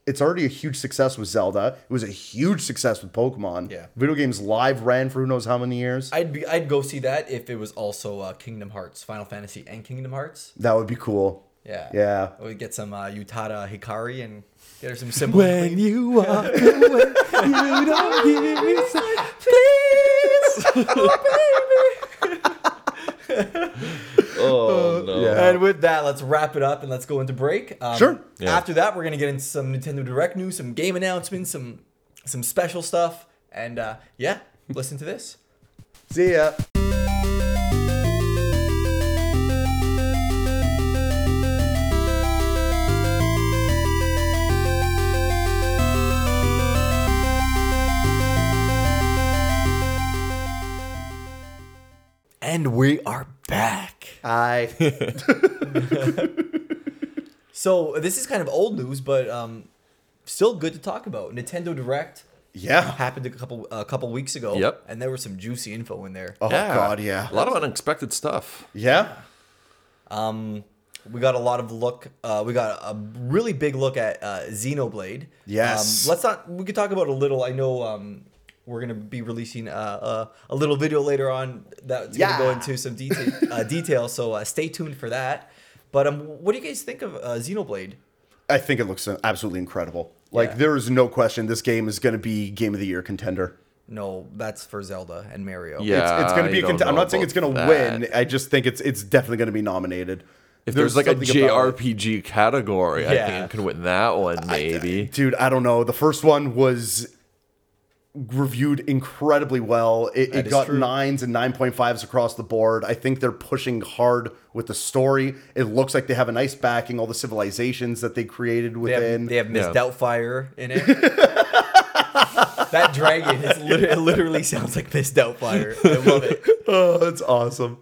it's already a huge success with zelda it was a huge success with pokemon Yeah. video games live ran for who knows how many years I'd be I'd go see that if it was also uh, Kingdom Hearts, Final Fantasy, and Kingdom Hearts. that would be cool Yeah. yeah We get some uh, Utada Hikari and get her some simple. when you walk away, you don't hear [laughs] me say, please. oh no. yeah And with that, let's wrap it up and let's go into break. Um, Sure. Yeah. After that, we're gonna get into some Nintendo Direct news, some game announcements, some some special stuff, and uh, yeah, listen to this. see ya And we are back. I So this is kind of old news, but um, still good to talk about. Nintendo Direct [laughs] yeah. happened a couple a couple weeks ago. Yep. And there was some juicy info in there. Oh god, yeah. A lot of unexpected stuff. Yeah. Um, we got a lot of look. Uh, we got a really big look at uh, Xenoblade. Yes. Um, let's not. We could talk about a little. I know. Um, we're gonna be releasing uh, uh, a little video later on that's Yeah. gonna go into some detail. [laughs] uh, detail so uh, stay tuned for that. But um, what do you guys think of uh, Xenoblade? I think it looks absolutely incredible. Like Yeah. there is no question this game is going to be game of the year contender. No, that's for Zelda and Mario. Yeah. It's, it's going I to be. a don't Cont- I'm know not saying it's about going to that. win. I just think it's it's definitely going to be nominated. If there's, like a something about it. JRPG category, I Yeah. think it can win that one maybe. dude, I don't know. The first one was reviewed incredibly well. It, it is got true. nines and nine point fives across the board. I think they're pushing hard with the story. It looks like they have a nice backing. All the civilizations that they created They have, within. they have Miss Yeah. Doubtfire in it. that dragon is lit- it literally sounds like Miss Doubtfire. I love it. [laughs] oh, that's awesome.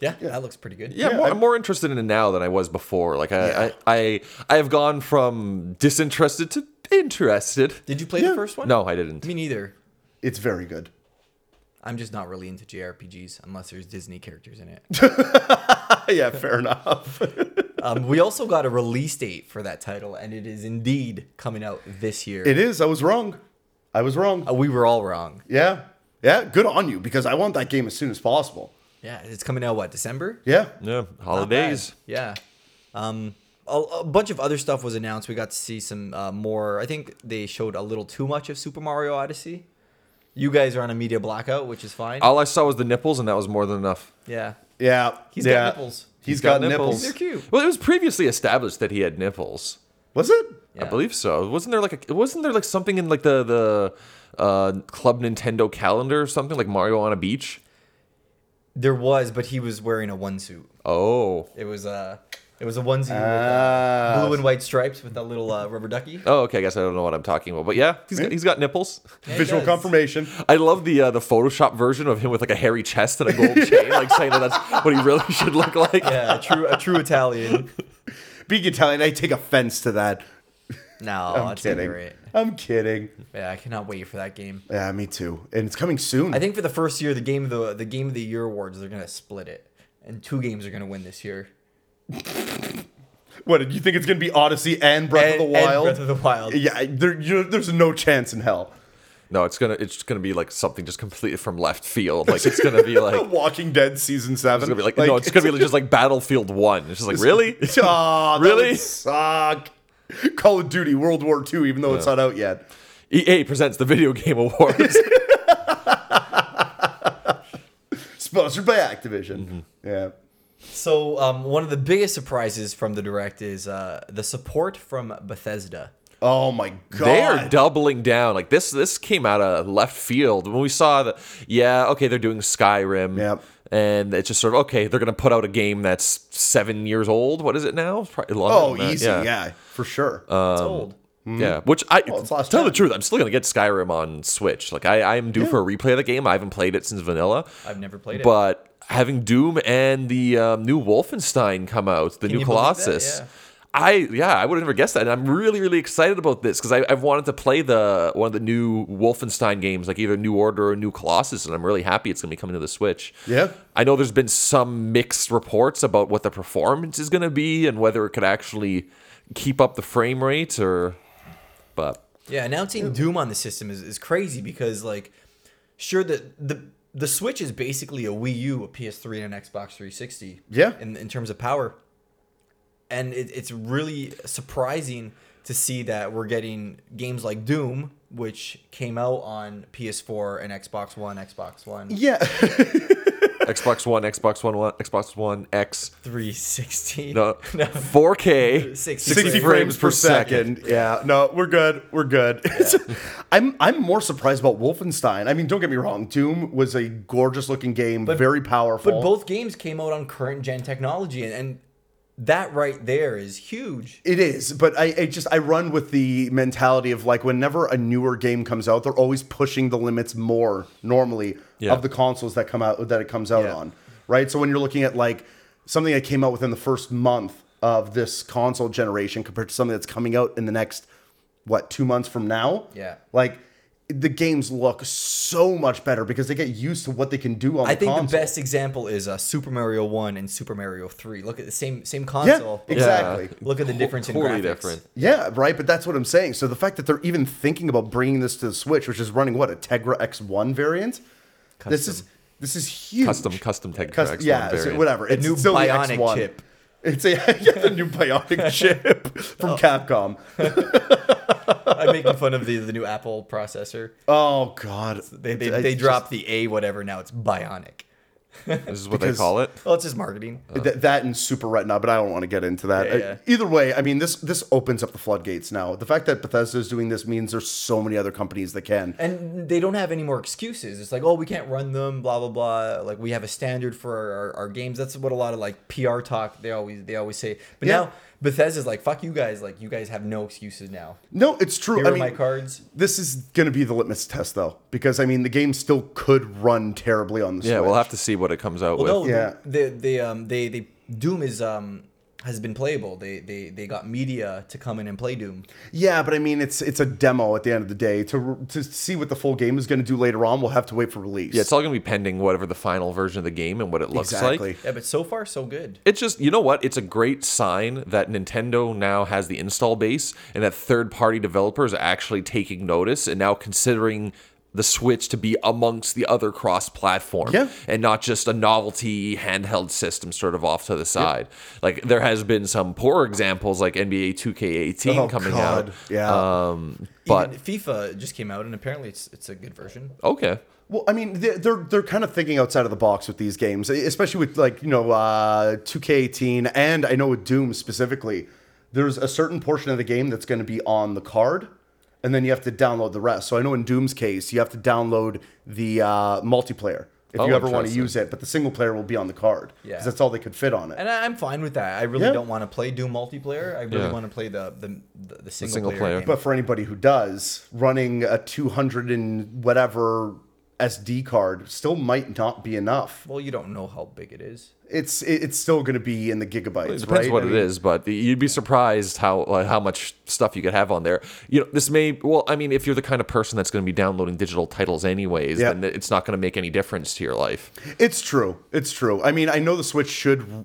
Yeah, that looks pretty good. Yeah, more, I'm more interested in it now than I was before. Like I, I, I, I have gone from disinterested to interested. Did you play the first one? No, I didn't. Me neither. It's very good. I'm just not really into JRPGs unless there's Disney characters in it. yeah, fair enough. um, we also got a release date for that title, and it is indeed coming out this year. [laughs] It is. I was wrong. I was wrong. Uh, we were all wrong. Yeah. Yeah. Good on you because I want that game as soon as possible. Yeah, it's coming out what December? Yeah. Yeah, Not bad. holidays. Yeah. Um, a, a bunch of other stuff was announced. We got to see some uh, more. I think they showed a little too much of Super Mario Odyssey. You guys are on a media blackout, which is fine. All I saw was the nipples, and that was more than enough. yeah. Yeah. He's yeah. got nipples. He's got, nipples. They're cute. Well, it was previously established that he had nipples. Was it? Yeah. I believe so. Wasn't there like a, wasn't there like something in like the the uh, Club Nintendo calendar or something like Mario on a beach? There was, but he was wearing a one suit. Oh, It was a it was a onesie with uh, Ah. blue and white stripes with a little uh, rubber ducky. oh, okay. I guess I don't know what I'm talking about, but yeah, he's got, he's got nipples. it Visual does. confirmation. I love the uh, the Photoshop version of him with like a hairy chest and a [laughs] gold chain, like saying that that's what he really should look like. Yeah, a true a true [laughs] Italian. Being Italian, I take offense to that. No, I'm Oh, it's kidding. great. I'm kidding. Yeah, I cannot wait for that game. Yeah, me too. And it's coming soon. I think for the first year, the game of the the game of the year awards, they're gonna split it, and two games are gonna win this year. what did you think it's going to be Odyssey and Breath And- of the and Wild? Breath of the Wild. Yeah, I- there, you there's no chance in hell. No, it's gonna it's gonna be like something just completely from left field. Like it's gonna be [laughs] like it's Walking Dead season seven. gonna be like, no, it's [laughs] gonna be just like Battlefield One. It's just like really. Aw, ah, that Really? would suck. Call of Duty World War II, even though it's not out yet. EA E presents the video game [laughs] awards. Sponsored by Activision. Yeah. So um, one of the biggest surprises from the direct is uh, the support from Bethesda. Oh my [laughs] god. they are doubling down. Like this this came out of left field when we saw that. Yeah, okay, they're doing Skyrim. Yep. And it's just sort of okay. They're gonna put out a game that's seven years old. What is it now? It's Probably longer Oh, than that. easy. Yeah. Uh, for sure. It's old. Yeah, which I Well, it's tell last the gen. truth, I'm still gonna get Skyrim on Switch. Like I, I'm due for a replay of the game. I haven't played it since vanilla. I've never played it. But having Doom and the um, new Wolfenstein come out, the new you believe that? Colossus. Yeah. I yeah I would have never guessed that and I'm really really excited about this because I've wanted to play the one of the new Wolfenstein games like either New Order or New Colossus and I'm really happy it's gonna be coming to the Switch. Yeah. I know there's been some mixed reports about what the performance is gonna be and whether it could actually keep up the frame rate or but Yeah, announcing Doom on the system is, is crazy because like, sure the the the Switch is basically a Wii U, a PS3, and an Xbox 360. Yeah. In in terms of power, and it, it's really surprising to see that we're getting games like Doom, which came out on PS4 and Xbox One, Xbox One, [laughs] yeah. Xbox One, Xbox One, One, Xbox One X, 360. [laughs] no, 4K, 60 60 frames per second. Yeah. No, we're good. We're good. [laughs] I'm I'm more surprised about Wolfenstein. I mean, don't get me wrong. Doom was a gorgeous looking game, very powerful. But both games came out on current gen technology, and, and that right there is huge. It is, but I, I just I run with the mentality of like whenever a newer game comes out, they're always pushing the limits more normally Yeah. of the consoles that come out that it comes out Yeah. on, right? So when you're looking at like something that came out within the first month of this console generation compared to something that's coming out in the next what two months from now, Yeah. like the games look so much better because they get used to what they can do on. I the think console. the best example is uh, Super Mario One and Super Mario Three. Look at the same same console. Yeah, exactly. Look at the difference in totally graphics. different. Yeah, right. But that's what I'm saying. So the fact that they're even thinking about bringing this to the Switch, which is running what a Tegra X1 variant, this is this is huge. Custom- custom Tegra Cus- X1 yeah, so variant. whatever. The it's new still the Bionic X1. chip. It's [laughs] a yeah, the new [laughs] bionic chip from Oh. Capcom. [laughs] I'm making fun of the, the new Apple processor. Oh God, They they, I they just- dropped the A whatever. Now it's Bionic. This is what Because- they call it. Well, it's just marketing. Th- that and Super Retina, but I don't want to get into that. Yeah, Uh, yeah. Either way, I mean this this opens up the floodgates now. The fact that Bethesda is doing this means there's so many other companies that can. and they don't have any more excuses. It's like, oh, we can't run them, blah blah blah. Like we have a standard for our, our, our games. That's what a lot of like PR talk they always they always say. But Yeah. now Bethesda's like, fuck you guys. Like you guys have no excuses now. No, it's true. Here I are mean, my cards. This is going to be the litmus test, though, because I mean, the game still could run terribly on the Yeah, Switch. we'll have to see what it comes out Well, with. no, Yeah. the the um they they Doom is um has been playable. They they they got media to come in and play Doom. Yeah, but I mean, it's it's a demo at the end of the day. To to see what the full game is going to do later on, we'll have to wait for release. Yeah, it's all going to be pending whatever the final version of the game and what it looks exactly. like. Yeah, but so far so good. It's just, you know what? It's a great sign that Nintendo now has the install base and that third party developers are actually taking notice and now considering the Switch to be amongst the other cross platform Yeah. and not just a novelty handheld system sort of off to the side. Like, there has been some poor examples like NBA 2K18 Oh, coming God. out. Yeah. Um, but, Even FIFA just came out and apparently it's it's a good version. okay. Well, I mean, they're, they're they're kind of thinking outside of the box with these games, e, especially with like you know, uh, 2K18, and I know with Doom specifically, there's a certain portion of the game that's going to be on the card, and then you have to download the rest. So I know in Doom's case, you have to download the uh, multiplayer if Oh, you ever want to interesting. use it, but the single player will be on the card because Yeah. that's all they could fit on it. And I, I'm fine with that. I really Yeah. don't want to play Doom multiplayer. I really Yeah. want to play the the, the, the single, single player. player. game. But for anybody who does, running a 200 and whatever SD card still might not be enough. Well, you don't know how big it is. It's it- it's still going to be in the gigabytes. It right? depends what I it mean, is, but you'd be surprised how like, how much stuff you could have on there. You know, this may well. I mean, if you're the kind of person that's going to be downloading digital titles anyways, Yeah. then it's not going to make any difference to your life. It's true. It's true. I mean, I know the Switch should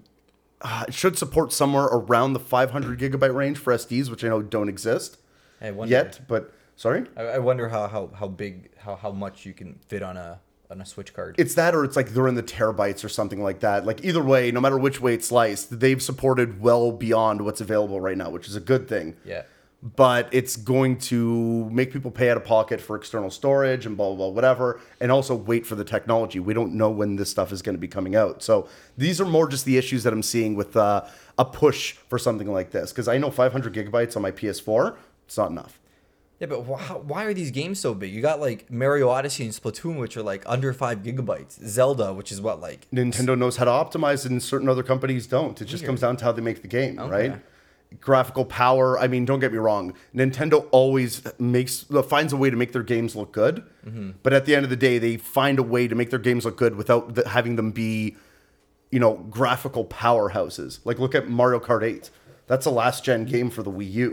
uh, it should support somewhere around the 500 gigabyte range for SDs, which I know don't exist I wonder. yet. But sorry, I, I wonder how, how how big how how much you can fit on a on a Switch card. it's that, or it's like they're in the terabytes or something like that. Like either way, no matter which way it's sliced, they've supported well beyond what's available right now, which is a good thing. yeah. but it's going to make people pay out of pocket for external storage and blah blah blah whatever and also wait for the technology we don't know when this stuff is going to be coming out so these are more just the issues that i'm seeing with uh, a push for something like this because i know 500 gigabytes on my ps4 it's not enough Yeah, but why, why are these games so big? You got like Mario Odyssey and Splatoon, which are like under five gigabytes. Zelda, which is what like nintendo knows how to optimize and certain other companies don't it just comes down to how they make the game right graphical power i mean don't get me wrong nintendo always makes uh, finds a way to make their games look good but at the end of the day they find a way to make their games look good without th- having them be you know graphical powerhouses like look at mario kart 8 that's a last gen game for the wii u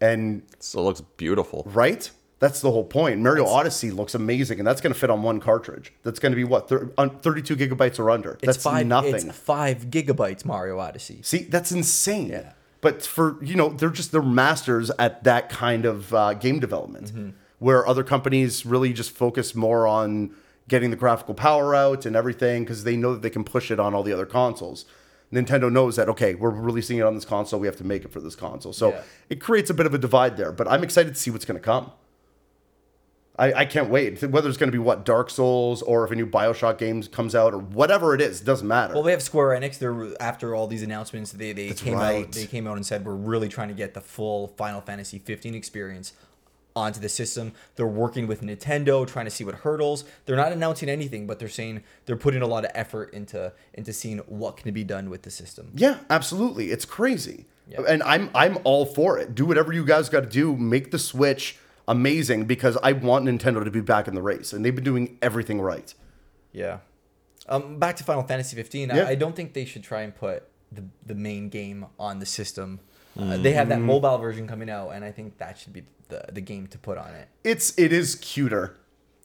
and So it looks beautiful. right that's the whole point mario odyssey looks amazing and that's going to fit on one cartridge that's going to be what thir- on 32 gigabytes or under it's that's five nothing it's five gigabytes Mario Odyssey. See, that's insane. But for you know, they're just they're masters at that kind of uh, game development, Mm-hmm. where other companies really just focus more on getting the graphical power out and everything because they know that they can push it on all the other consoles. Nintendo knows that okay, we're releasing it on this console, we have to make it for this console. So Yeah. it creates a bit of a divide there. But I'm excited to see what's going to come. I, I can't wait. Whether it's going to be what Dark Souls or if a new Bioshock game comes out or whatever it is, doesn't matter. Well, we have Square Enix. They're after all these announcements, they they came right. out. They came out and said we're really trying to get the full Final Fantasy 15 experience onto the system. They're working with Nintendo, trying to see what hurdles. They're not announcing anything, but they're saying they're putting a lot of effort into into seeing what can be done with the system. Yeah, absolutely. It's crazy. Yeah. And I'm I'm all for it. Do whatever you guys got to do. Make the Switch amazing because I want Nintendo to be back in the race, and they've been doing everything right. Yeah. Um, back to Final Fantasy 15. Yeah. I, I don't think they should try and put the, the main game on the system. Uh, they have Mm. that mobile version coming out, and I think that should be the, the game to put on it. It's it is cuter.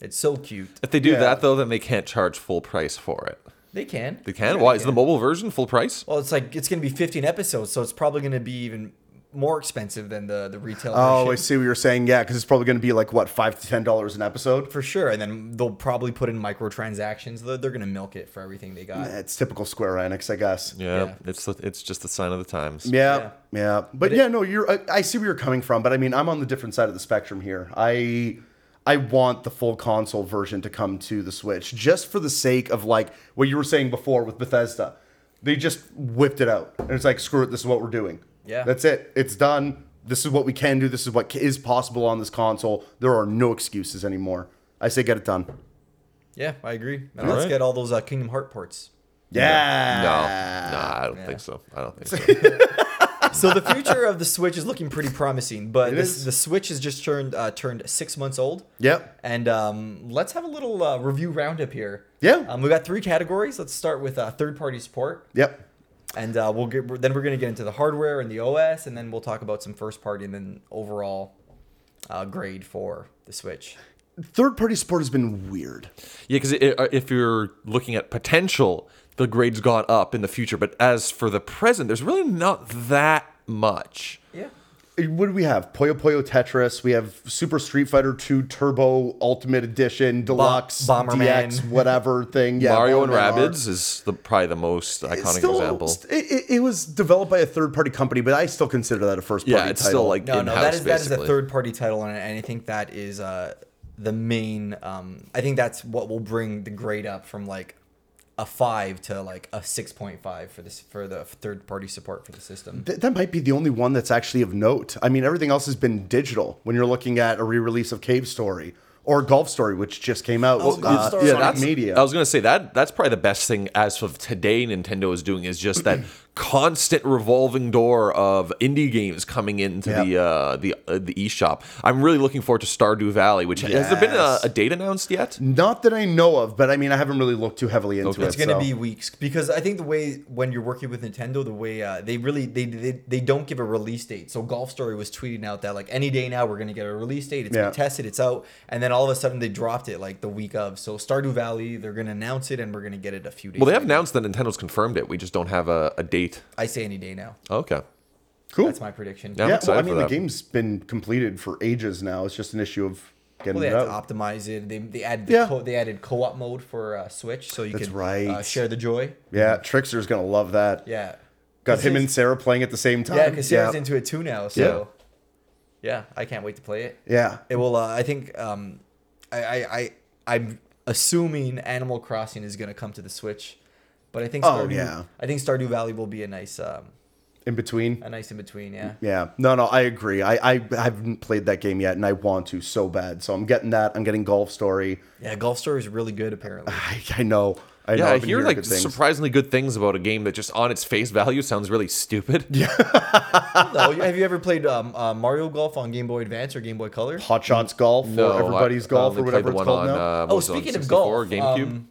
It's so cute. If they do Yeah. that though, then they can't charge full price for it. They can. They can. Yeah, Why is the mobile version full price? Well, it's like it's going to be 15 episodes, so it's probably going to be even more expensive than the the retail. Oh, I version. see what you're saying. Yeah, because it's probably going to be like what five to ten dollars an episode. for sure. And then they'll probably put in microtransactions. They're, they're going to milk it for everything they got. It's typical Square Enix, I guess. Yeah, Yeah. it's the, it's just the sign of the times. Yeah, Yeah. yeah. But, yeah, no, you're. I, I see where you're coming from, but I mean, I'm on the different side of the spectrum here. I I want the full console version to come to the Switch, just for the sake of like what you were saying before with Bethesda. They just whipped it out, and it's like, screw it, this is what we're doing. Yeah. that's it. It's done. This is what we can do. This is what is possible on this console. There are no excuses anymore. I say, get it done. Yeah, I agree. And let's right. get all those uh, Kingdom Heart ports. Yeah. No, nah, I don't think so. I don't think so. So the future of the Switch is looking pretty promising, but It this, is. the Switch has just turned uh, turned six months old. Yep. And um, let's have a little uh, review roundup here. Yeah. Um, we got three categories. Let's start with uh, third party support, Yep. and uh, we'll get then we're gonna get into the hardware and the OS, and then we'll talk about some first party and then overall uh, grade for the Switch. Third party support has been weird. Yeah, because uh, if you're looking at potential, the grade's gone up in the future. But as for the present, there's really not that much. Yeah. what do we have? Puyo Puyo Tetris. We have Super Street Fighter 2 Turbo Ultimate Edition Deluxe Bomberman. DX whatever thing. Yeah, Mario and Bomberman are- Rabbids is the, probably the most It's iconic still- example. st- It, it- it was developed by a third party company, but I still consider that a first party. yeah, it's still like No, in-house, no, that is that is basically. a third party title, and and I think that is uh, the main. Um, I think that's what will bring the grade up from like a five to like a six point five for this for the third party support for the system. Th- that might be the only one that's actually of note. I mean, everything else has been digital when you're looking at a re release of Cave Story or Golf Story, which just came out. Oh, Golf Story. yeah, Sonic that's that's, media. I was gonna say that that's probably the best thing as of today Nintendo is doing is just [clears throat] that constant revolving door of indie games coming into the Yeah. uh, the uh, the eShop. I'm really looking forward to Stardew Valley, which has there been a, Yes. a date announced yet? Not that I know of, but I mean, I haven't really looked too heavily into Okay. it. It's going to so. be weeks because I think the way when you're working with Nintendo, the way uh, they really they, they they don't give a release date. So Golf Story was tweeting out that like any day now we're going to get a release date. It's Yeah. been tested, it's out, and then all of a sudden they dropped it like the week of. So Stardew Valley, they're going to announce it, and we're going to get it a few days. Well, they have later. announced that Nintendo's confirmed it. We just don't have a, a date. I say any day now. Okay. cool. That's my prediction. Yeah. I'm yeah, well, excited I for mean, that. the game's been completed for ages now. It's just an issue of getting Well, they it had to out. optimize it. They, they added the Yeah. co- they added co-op mode for uh, Switch, so you That's could right. uh, share the joy. yeah, Trickster's gonna love that. Yeah, Got 'Cause him and he's- Sarah playing at the same time. yeah, because Sarah's yeah. into it too now. So yeah. I can't wait to play it. Yeah. It will. Uh, I think um, I, I I I'm assuming Animal Crossing is going to come to the Switch, but I think Oh, Stardew, yeah. I think Stardew Valley will be a nice um, in between. a nice in between. Yeah. Yeah, no, no, I agree. I, I haven't played that game yet, and I want to so bad. So I'm getting that. I'm getting Golf Story. [laughs] Yeah. Golf Story is really good apparently. I, I know. I know. Yeah, I I've been hear hearing like good things. surprisingly good things about a game that just on its face value sounds really [laughs] stupid. Yeah. no, have you ever played um, uh, Mario Golf on Game Boy Advance or Game Boy Color? Hot Shots Golf or Everybody's Golf or whatever it's called now. uh, Oh, speaking of golf, GameCube. um,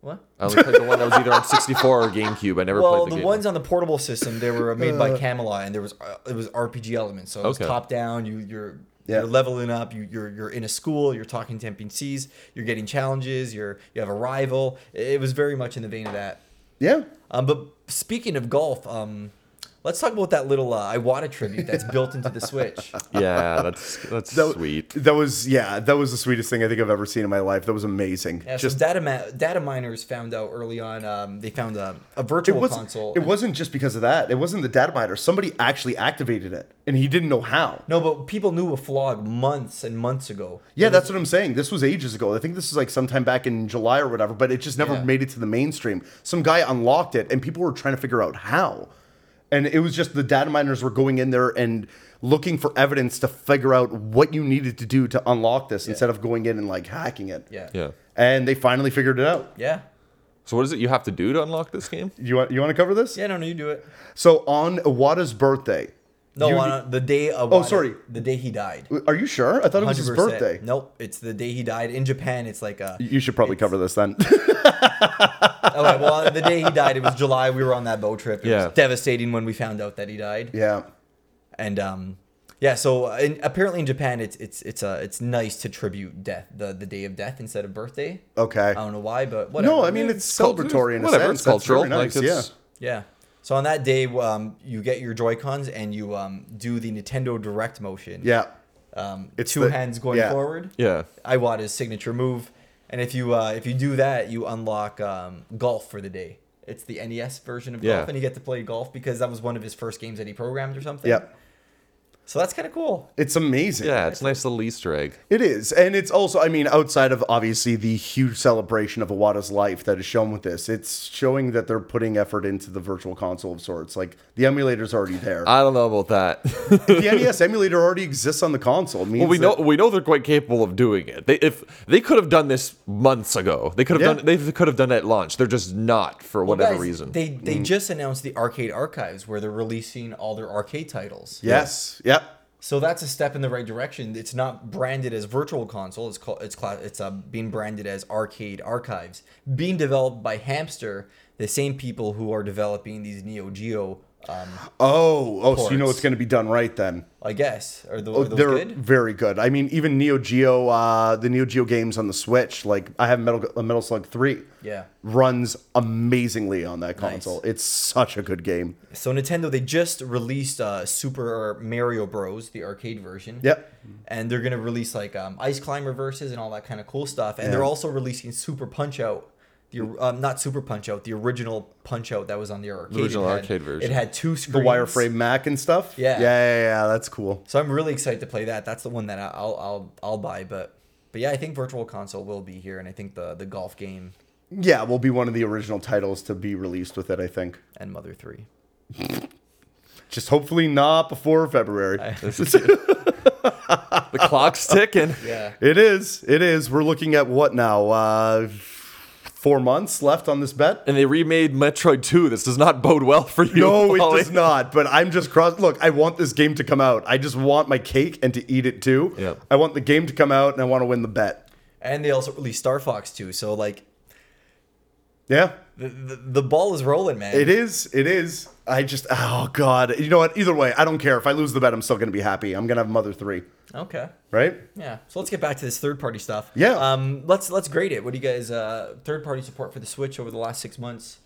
What? I only played the one that was either on 64 or [laughs] GameCube. I never Well, played the, the, game. ones on the portable system they were made by Camelot, and there was uh, it was RPG elements. So it was Okay. top down. You you're Yeah. you're leveling up. You you're you're in a school. You're talking to NPCs. You're getting challenges. You're you have a rival. It was very much in the vein of that. yeah, Um, but speaking of golf, um, let's talk about that little uh, Iwata tribute that's built into the [laughs] Switch. [laughs] Yeah, that's that's that, sweet. That was yeah, that was the sweetest thing I think I've ever seen in my life. That was amazing. Yeah, Just so data ma- data miners found out early on. Um, they found a, a it virtual wasn't, console. It wasn't just because of that. It wasn't the data miner. Somebody actually activated it, and he didn't know how. No, but people knew a flog months and months ago. Yeah, that's what I'm saying. This was ages ago. I think this was like sometime back in July or whatever, but it just never Yeah. made it to the mainstream. Some guy unlocked it, and people were trying to figure out how. And it was just the data miners were going in there and looking for evidence to figure out what you needed to do to unlock this instead of going in and like hacking it. Yeah. Yeah. And they finally figured it out. Yeah. So what is it you have to do to unlock this game? You want you want to cover this? Yeah, no, no, you do it. So on Iwata's birthday. No, you- on uh, the day of. Oh, sorry. The day he died. Are you sure? I thought it was his 100%. birthday. Nope, it's the day he died in Japan. It's like [laughs] a. You should probably cover this then. okay, well, the day he died, it was July. We were on that boat trip. It Yeah. was devastating when we found out that he died. [laughs] yeah. And um, yeah. So uh, in, apparently in Japan, it's it's it's uh, it's nice to tribute death the the day of death instead of birthday. Okay. I don't know why, but whatever. No, I mean it's Cult- celebratory in a whatever, sense. It's That's cultural. very nice, like it's, yeah. Yeah. So on that day, um, you get your Joy Cons and you um do the Nintendo Direct motion. Yeah. Um, It's two the- hands going yeah. forward. yeah. Iwata's signature move. And if you uh, if you do that, you unlock um, golf for the day. It's the NES version of Yeah. golf, and you get to play golf because that was one of his first games that he programmed or something. Yeah. So that's kind of cool. It's amazing. Yeah, it's a nice little Easter egg. It is. And it's also, I mean, outside of obviously the huge celebration of Iwata's life that is shown with this, it's showing that they're putting effort into the virtual console of sorts. Like the emulator's already there. I don't know about that. [laughs] the NES emulator already exists on the console. It means Well, we know that- we know they're quite capable of doing it. They if they could have done this months ago. They could have Yeah. done they could have done it at launch. They're just not for whatever Guys, reason. Mm. They they just announced the Arcade Archives where they're releasing all their arcade titles. Yes. Yep. So that's a step in the right direction. It's not branded as Virtual Console. It's called it's cla- it's uh, being branded as Arcade Archives, being developed by Hamster, the same people who are developing these Neo Geo. Um, Oh, oh, so you know Ports. it's going to be done right then. I guess are, tho- Oh, are those they're good? very good. I mean, even Neo Geo, uh, the Neo Geo games on the Switch, like I have Metal, uh, Metal Slug 3, Yeah. runs amazingly on that console. It's such a good game. So Nintendo they just released uh, Super Mario Bros, the arcade version. Yep. And they're gonna release like um, Ice Climber verses and all that kind of cool stuff. And they're Yeah. also releasing Super Punch Out. The, or- um, not Super Punch Out, the original Punch Out that was on the arcade. It original had- arcade version. It had two The screens. wireframe Mac and stuff. Yeah. Yeah, yeah, yeah, that's cool. So I'm really excited to play that. That's the one that I- I'll I'll I'll buy. But but yeah, I think Virtual Console will be here, and I think the the golf game Yeah, will be one of the original titles to be released with it. I think. and Mother Three. Just hopefully not before February. [laughs] the clock's [laughs] ticking. Yeah. It is. It is. We're looking at what now? Uh, four months left on this bet. And they remade Metroid 2. This does not bode well for you. No, it Wally. does not. But I'm just cross. Look, I want this game to come out. I just want my cake and to eat it too. Yep. I want the game to come out, and I want to win the bet. And they also released Star Fox too. So like Yeah, the, the, the ball is rolling, man. it is. It is. I just. Oh God. You know what? Either way, I don't care. If I lose the bet, I'm still gonna be happy. I'm gonna have Mother Three, Okay. right? Yeah. So let's get back to this third party stuff. Yeah. Um. Let's let's grade it. What do you guys uh third party support for the Switch over the last six months?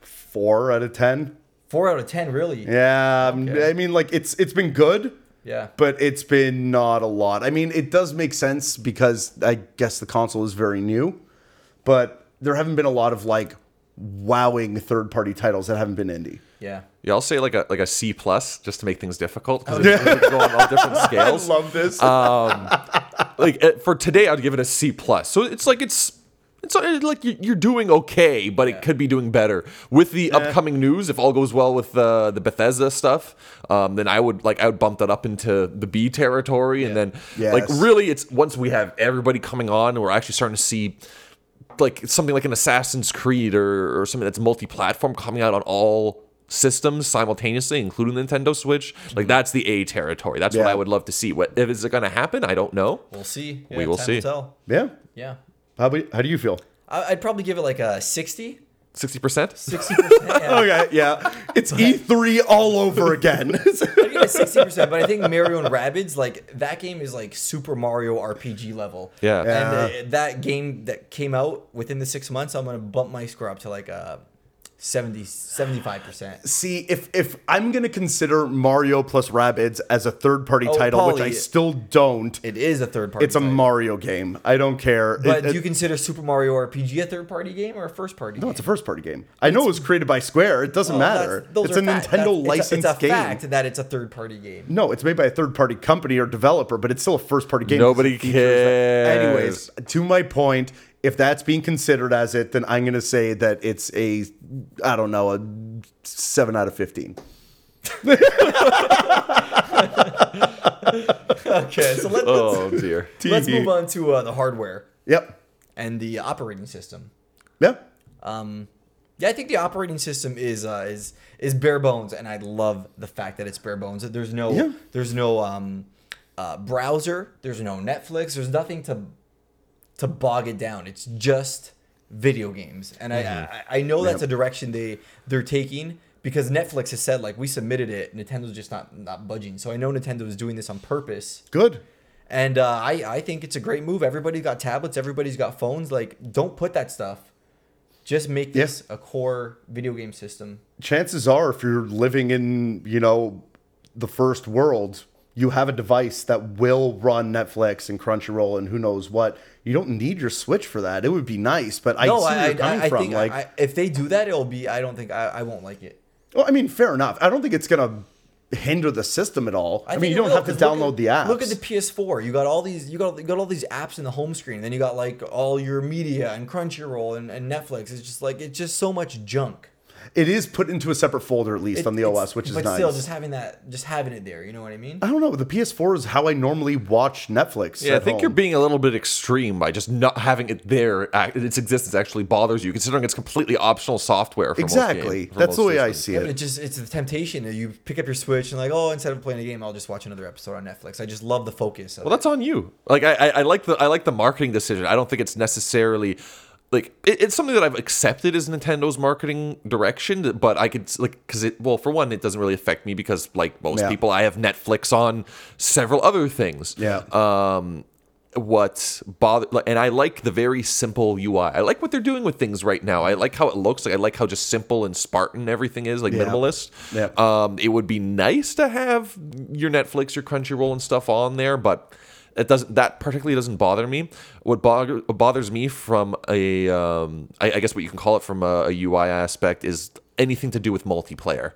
Four out of ten. Four out of ten, really. Yeah. Okay. I mean, like it's it's been good. Yeah. But it's been not a lot. I mean, it does make sense because I guess the console is very new, but there haven't been a lot of like wowing third party titles that haven't been indie. Yeah. Yeah, I'll say like a like a C plus just to make things difficult [laughs] because it's go on all different scales. love this. like uh, for today i'd give it a c plus so it's like it's it's uh, like you- you're doing okay but it could be doing better with the upcoming news if all goes well with uh, the bethesda stuff um, then i would like i would bump that up into the b territory and then like Yes. really it's once we have everybody coming on we're actually starting to see like something like an assassin's creed or, or something that's multi-platform coming out on all systems simultaneously including nintendo switch like that's the a territory that's what Yeah. i would love to see what if is it going to happen i don't know We'll see. We Yeah, will time see. Will tell. yeah. Yeah. How, about, how do you feel? I, I'd probably give it like a sixty. Sixty percent. [laughs] Sixty percent. Yeah. Okay, Oh, yeah. It's E3 all over again. I'd give it sixty percent, but I think Mario and Rabbids, like that game is like Super Mario RPG level. Yeah. And uh, that game that came out within the six months, I'm gonna bump my score up to like uh 70 75 percent. [laughs] See, if if I'm going to consider Mario plus Rabbids as a third party Oh, title, which Paulie. I still don't, It is a third party. it's a title. Mario game. I don't care. It- But it- do you consider Super Mario RPG a third party game Oh, or a first party? No, it's a first party game. I know it was created by Square. It doesn't matter. It's a Nintendo licensed It's a, game. fact that it's a third party game. No, it's made by a third party company or developer, but it's still a first party game. Nobody It features that- cares. Anyways, to my point, if that's being considered as it, then I'm going to say that it's a, I don't know, a 7 out of 15. Okay, so [laughs] let, us Oh dear. let's move on to uh, the hardware Yep. and the operating system. Yep. Yeah, I think the operating system is uh, is is bare bones, and I love the fact that it's bare bones. That there's no Yeah. there's no um, uh, browser, there's no Netflix, there's nothing to to bog it down. It's just video games, and I I, I know that's a direction they they're taking because Netflix has said like we submitted it, Nintendo's just not not budging. So I know Nintendo is doing this on purpose. Good. And uh, I, I think it's a great move. Everybody's got tablets, everybody's got phones. Like, don't put that stuff. Just make Yeah. this a core video game system. Chances are, if you're living in, you know, the first world, you have a device that will run Netflix and Crunchyroll and who knows what. You don't need your Switch for that. It would be nice, but I no, see where I, I, you're coming I, I from. think like, I, if they do that, it'll be. I don't think I, I won't like it. Well, I mean, fair enough. I don't think it's gonna hinder the system at all. I, think mean, you it don't will, have to 'cause look download at- the apps. Look at the PS4. You got all these. You got you got all these apps in the home screen. Then you got like all your media and Crunchyroll and, and Netflix. It's just like it's just so much junk. it is put into a separate folder at least It- on the it's- OS, which is but nice. still, just having that, just having it there. You know what I mean? I don't know. The PS4 is how I normally watch Netflix. Yeah, I at think you're home. being a little bit extreme by just not having it there. act- Its existence actually bothers you, considering it's completely optional software. For most game- exactly. for That's most the way I systems. see Yeah, but it. it just it's the temptation that you pick up your Switch and like, oh, instead of playing a game, I'll just watch another episode on Netflix. I just love the focus. Of Well, that's on you. Like I, I, I like the I like the marketing decision. I don't think it's necessarily like it, it's something that I've accepted as Nintendo's marketing direction. But I could like because it well for one it doesn't really affect me because like most Yeah. people I have Netflix on several other things. Yeah. Um, what bother like, and I like the very simple UI. I like what they're doing with things right now. I like how it looks. Like I like how just simple and Spartan everything is, like Yeah. minimalist. Yeah. Um, it would be nice to have your Netflix, your Crunchyroll, and stuff on there, but it doesn't. That particularly doesn't bother me. What bother, what bothers me from a, um, I, I guess what you can call it from a, a UI aspect is anything to do with multiplayer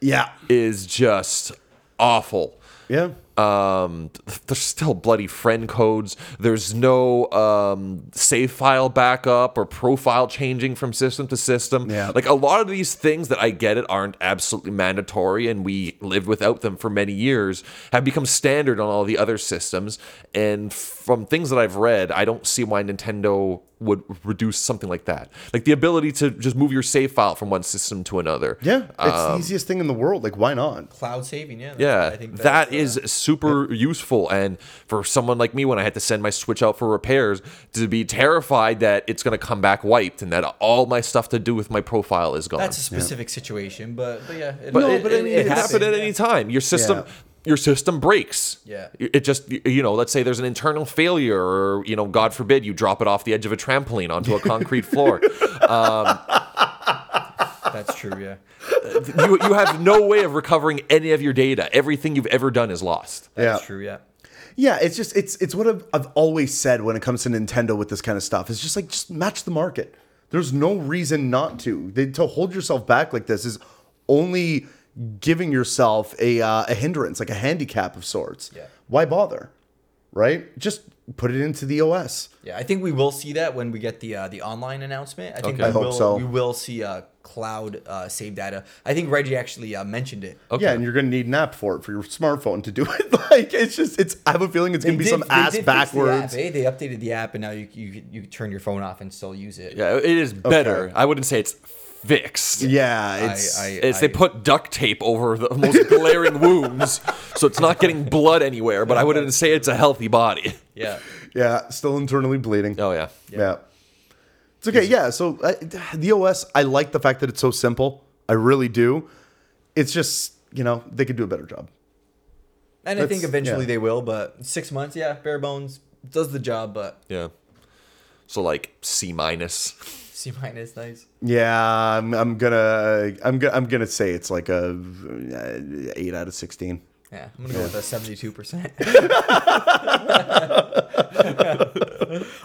yeah. is just awful. Yeah. Um, th- there's still bloody friend codes. There's no um, save file backup or profile changing from system to system. Yeah. Like a lot of these things that I get it aren't absolutely mandatory, and we lived without them for many years, have become standard on all the other systems. And from things that I've read, I don't see why Nintendo would reduce something like that. Like the ability to just move your save file from one system to another. Yeah. It's Um, the easiest thing in the world. Like, why not? cloud saving. Yeah, that's- Yeah, that that's, uh, is super useful. And for someone like me, when I had to send my Switch out for repairs, to be terrified that it's going to come back wiped and that all my stuff to do with my profile is gone. that's a specific situation, but but yeah, it, but no, it, but it, it can happen at happened. any time. Your system. Yeah. Your system breaks. Yeah. It just, you know, let's say there's an internal failure, or, you know, God forbid you drop it off the edge of a trampoline onto a concrete floor. That's true. Yeah, you, you have no way of recovering any of your data. Everything you've ever done is lost. that's Yeah. true. Yeah. Yeah, it's just it's it's what I've, I've always said when it comes to Nintendo with this kind of stuff. It's just like just match the market. There's no reason not to. They, to hold yourself back like this is only giving yourself a uh, a hindrance, like a handicap of sorts. Yeah. Why bother? Right? Just put it into the OS. Yeah, I think we will see that when we get the uh, the online announcement. I think Okay. I we hope will so. we will see uh, cloud uh, save data. I think Reggie actually uh, mentioned it. Okay. Yeah, and you're gonna need an app for it for your smartphone to do [laughs] it. like it's just it's I have a feeling it's gonna be did- some they did ass fix the app, backwards. eh? They updated the app, and now you you you can turn your phone off and still use it. Yeah, it is better. Okay. I wouldn't say it's fixed. Yeah, it's I- It's they put duct tape over the most [laughs] glaring wounds, so it's not getting blood anywhere. But I wouldn't say it's a healthy body. Yeah. yeah, still internally bleeding. Oh yeah, Yeah. It's okay. Yeah. So I, the OS, I like the fact that it's so simple. I really do. It's just, you know, they could do a better job. And I think That's- eventually yeah. they will, but six months, yeah, bare bones does the job, but [laughs] yeah. So like C minus. C minus, nice. Yeah, I'm, I'm gonna, I'm gonna, I'm gonna say it's like a uh, eight out of sixteen. [laughs] Yeah, I'm gonna go with a seventy-two percent.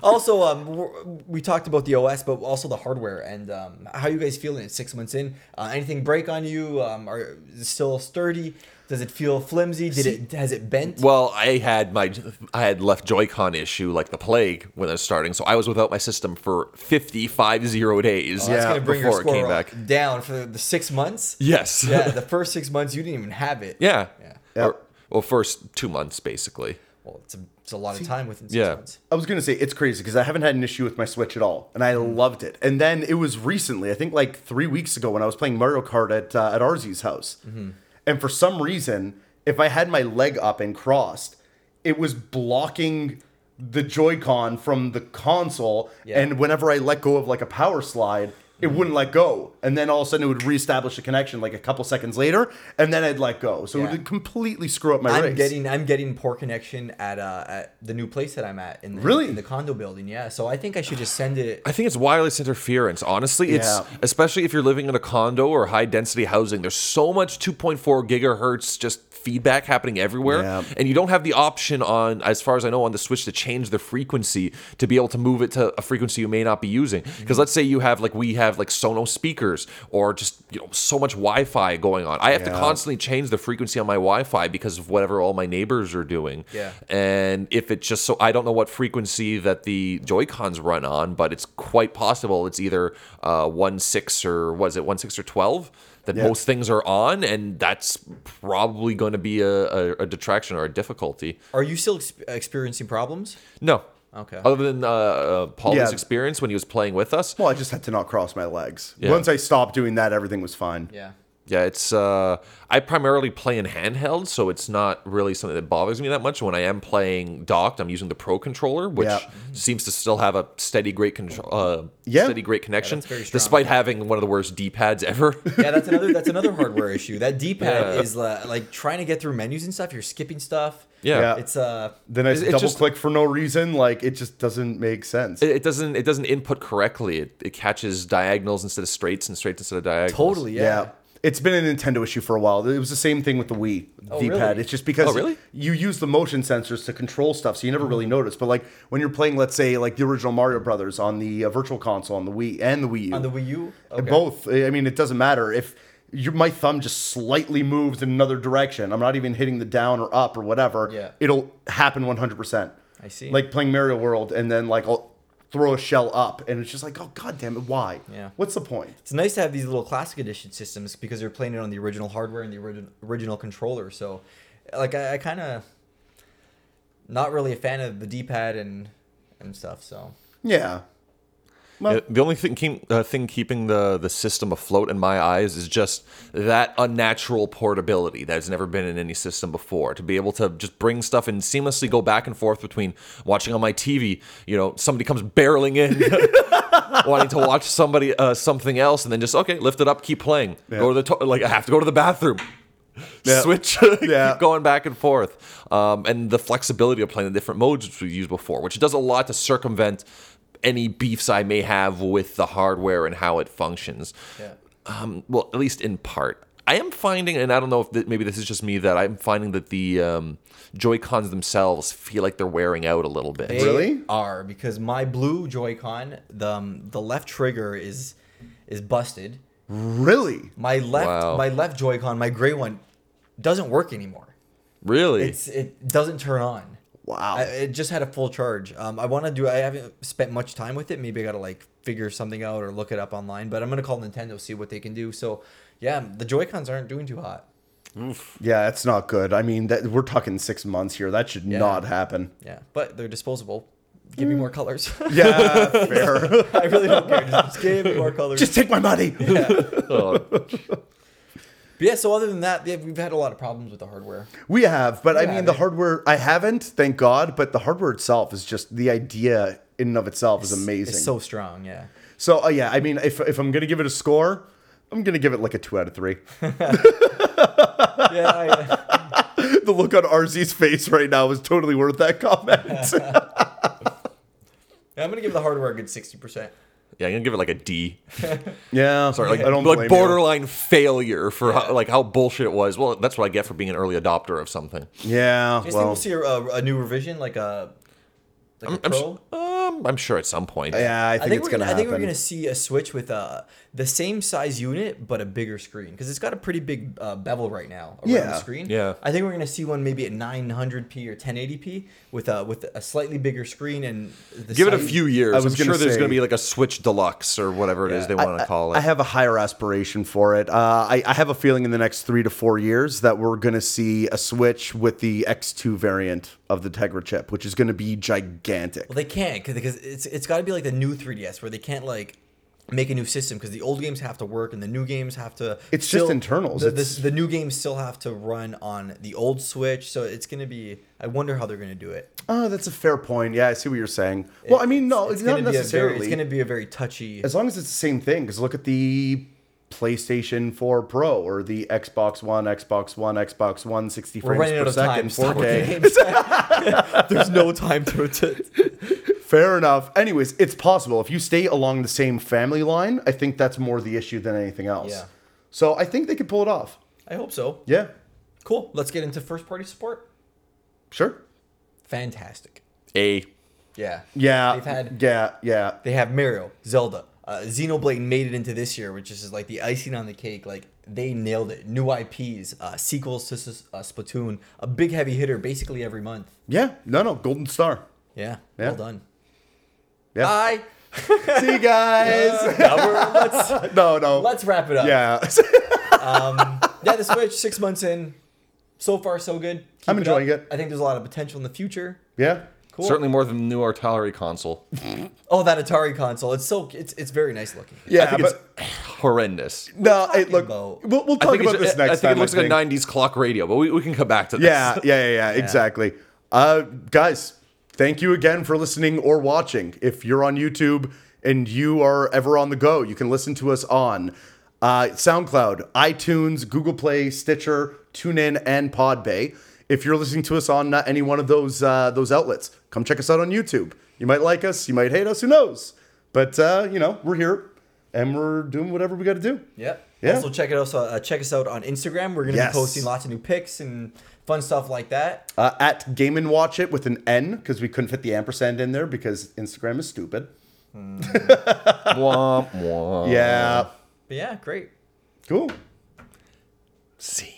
also, um, w- we talked about the OS, but also the hardware and um, how you guys feeling? Six months in, uh, anything break on you? Um, are is it still sturdy? Does it feel flimsy? Did it has it bent? Well, I had my I had left Joy-Con issue like the plague when I was starting, so I was without my system for 55 zero days Oh, That's Yeah, gonna bring your before score it came back. down for the six [laughs] months. Yes. yeah, the first six months you didn't even have it. yeah. Yeah. Or- well, first two months basically. Well, it's a, it's a lot of time within six Yeah. months. I was gonna say it's crazy because I haven't had an issue with my Switch at all, and I Mm. loved it. And then it was recently, I think like three weeks ago, when I was playing Mario Kart at uh, at Arzy's house, Mm-hmm. and for some reason, if I had my leg up and crossed, it was blocking the Joy-Con from the console, Yeah. Mm-hmm. and whenever I let go of like a power slide. It wouldn't let go, and then all of a sudden it would reestablish a connection like a couple seconds later, and then I'd let go. So Yeah. it would completely screw up my I'm race. getting I'm getting poor connection at uh at the new place that I'm at in the, Really? in the condo building. Yeah, so I think I should just send it. I think it's wireless interference. Honestly, it's Yeah. especially if you're living in a condo or high density housing. There's so much 2.4 gigahertz just feedback happening everywhere, Yeah. and you don't have the option on, as far as I know, on the Switch to change the frequency to be able to move it to a frequency you may not be using. Because let's say you have like we have like Sonos speakers or just you know so much Wi-Fi going on. I have to Yeah. constantly change the frequency on my Wi-Fi because of whatever all my neighbors are doing Yeah. and if it's just so i don't know what frequency that the joy cons run on but it's quite possible it's either uh, 1 6 or was it 1 6 or 12 that Yeah. most things are on and that's probably going to be a, a, a detraction or a difficulty Are you still ex- experiencing problems? no Okay. Oh. other than uh, uh, paul's Yeah. experience when he was playing with us Well, I just had to not cross my legs. Yeah. Once I stopped doing that, everything was fine. Yeah. yeah it's uh, i primarily play in handheld so it's not really something that bothers me that much when i am playing docked i'm using the pro controller which Yeah. seems to still have a steady great control uh, Yeah. steady great connection that's very strong. despite having one of the worst d-pads [laughs] ever Yeah, that's another that's another hardware issue. That D-pad Yeah. is uh, like trying to get through menus and stuff. You're skipping stuff. Yeah. Yeah. It's uh Then I It- it double just- click for no reason. Like it just doesn't make sense. it, it doesn't it doesn't input correctly it, it catches diagonals instead of straights and straights instead of diagonals totally yeah. yeah. It's been a Nintendo issue for a while. It was the same thing with the Wii Oh, D-pad. really? It's just because Oh, really? you use the motion sensors to control stuff, so you never really notice. But like when you're playing, let's say like the original Mario Brothers on the uh, Virtual Console on the Wii and the Wii U, On the Wii U. and Okay. both. I mean, it doesn't matter if your my thumb just slightly moves in another direction. I'm not even hitting the down or up or whatever. Yeah. it'll happen 100. percent I see. Like playing Mario World, and then like I'll throw a shell up, and it's just like, oh god damn it, why? Yeah. What's the point? It's nice to have these little classic edition systems because they're playing it on the original hardware and the origin- original controller. So, like, I, I kind of not really a fan of the D-pad and and stuff. So, Yeah. Well, Yeah, the only thing keep, uh, thing keeping the the system afloat in my eyes is just that unnatural portability that has never been in any system before. To be able to just bring stuff and seamlessly go back and forth between watching on my TV, you know, somebody comes barreling in. [laughs] wanting to watch somebody uh, something else and then just okay lift it up keep playing go to the to- like i have to go to the bathroom Yeah. switch [laughs] Yeah. keep going back and forth um, and the flexibility of playing the different modes which we used before which does a lot to circumvent any beefs i may have with the hardware and how it functions yeah. um, well at least in part i am finding and i don't know if th- maybe this is just me that i'm finding that the um, joy cons themselves feel like they're wearing out a little bit They Really? Are because my blue Joy-Con, the um, the left trigger is is busted. really? My left Wow. my left Joy-Con, my gray one, doesn't work anymore. really It's it doesn't turn on. Wow. I, it just had a full charge. Um, I want to do. I haven't spent much time with it. Maybe I gotta like figure something out or look it up online. But I'm gonna call Nintendo see what they can do. So, yeah, the Joy Cons aren't doing too hot. Yeah, it's not good. I mean, that, we're talking six months here. That should not happen. Yeah, but they're disposable. Give me more colors. [laughs] Yeah, fair. I really don't care. Just give me more colors. [laughs] Just take my money. Oh, But yeah. So other than that, yeah, we've had a lot of problems with the hardware. [laughs] We have, but I You mean, the haven't. hardware, I haven't, thank God, but the hardware itself is just the idea in and of itself is amazing. It's so, so strong. Yeah. uh, yeah, I mean, if, if I'm going to give it a score, I'm going to give it like a two out of three. [laughs] Yeah. I, uh, the look on RZ's face right now is totally worth that [laughs] comment. [laughs] I'm gonna give the hardware a good sixty percent. yeah i'm gonna give it like a d yeah. Sorry, like, [laughs] I don't like blame borderline failure for how, like how bullshit it was. Well, that's what I get for being an early adopter of something. You. Yeah. Do you think Well, we'll see a, a new revision, like a like a I'm pro? s- uh, Um, I'm sure at some point. Yeah, I think, it's we're gonna gonna, I happen. think we're gonna see a Switch with uh, the same size unit but a bigger screen because it's got a pretty big uh, bevel right now around Yeah. the screen. Yeah. I think we're gonna see one maybe at 900p or 1080p with a with a slightly bigger screen and the Give it a size- few years. I I'm was gonna sure there's say- going to be like a Switch Deluxe or whatever it is they want to call it. I have a higher aspiration for it. Uh, I, I have a feeling in the next three to four years that we're going to see a Switch with the X2 variant of the Tegra chip, which is going to be gigantic. Well, they can't because it's it's got to be like the new 3DS where they can't like make a new system because the old games have to work and the new games have to. It's just internals. The, It's- the, the new games still have to run on the old Switch, so it's gonna be. I wonder how they're gonna do it. Oh, that's a fair point. Yeah, I see what you're saying. well, I mean, no, it's, Oh, not gonna be a very- necessarily. it's gonna be a very touchy. as long as it's the same thing, because look at the PlayStation 4 Pro or the Xbox One, Xbox One, Xbox One, 60 We're frames running out per of time. second, Stop 4K. with the [laughs] games. [laughs] There's no time to it. Fair enough. Anyways, it's possible. If you stay along the same family line, I think that's more the issue than anything else. Yeah. So I think they could pull it off. I hope so. Yeah, Cool. Let's get into first party support. sure. Fantastic. a Yeah. Yeah. They've had- yeah, yeah. They have Mario, Zelda, uh, Xenoblade made it into this year, which is like the icing on the cake. Like they nailed it. New IPs, uh, sequels to S- uh, Splatoon, a big heavy hitter basically every month. Yeah. No, no. Golden Star. Yeah, Yeah. well done. Yeah. Bye. Uh, [laughs] See [laughs] you guys. Now we're- let's no, no. let's wrap it up. yeah. [laughs] yeah. The Switch, six months in, so far so good. Keep I'm enjoying up. it. I think there's a lot of potential in the future. yeah. Cool. certainly more than the new artillery console. Oh, that Atari console. It's so it's it's very nice looking. Yeah. I think but it's [sighs] horrendous. no, it look. about? We'll, we'll I talk think it's- about this I- next I think time. it looks like a '90s clock radio, but we, we can come back to this. Yeah, yeah, yeah, yeah, exactly. Uh, guys, thank you again for listening or watching. If you're on YouTube and you are ever on the go, you can listen to us on uh, SoundCloud, iTunes, Google Play, Stitcher, TuneIn, and Podbay. If you're listening to us on uh, any one of those uh, those outlets, come check us out on YouTube. You might like us, you might hate us, who knows? But uh, you know, we're here and we're doing whatever we got to do. Yep. Yeah. Also check it out. Uh, check us out on Instagram. We're gonna Yes. be posting lots of new pics and fun stuff like that. uh, at Game and Watch It with an N because we couldn't fit the ampersand in there because Instagram is stupid. [laughs] Womp womp. Yeah, But yeah, great. cool. See.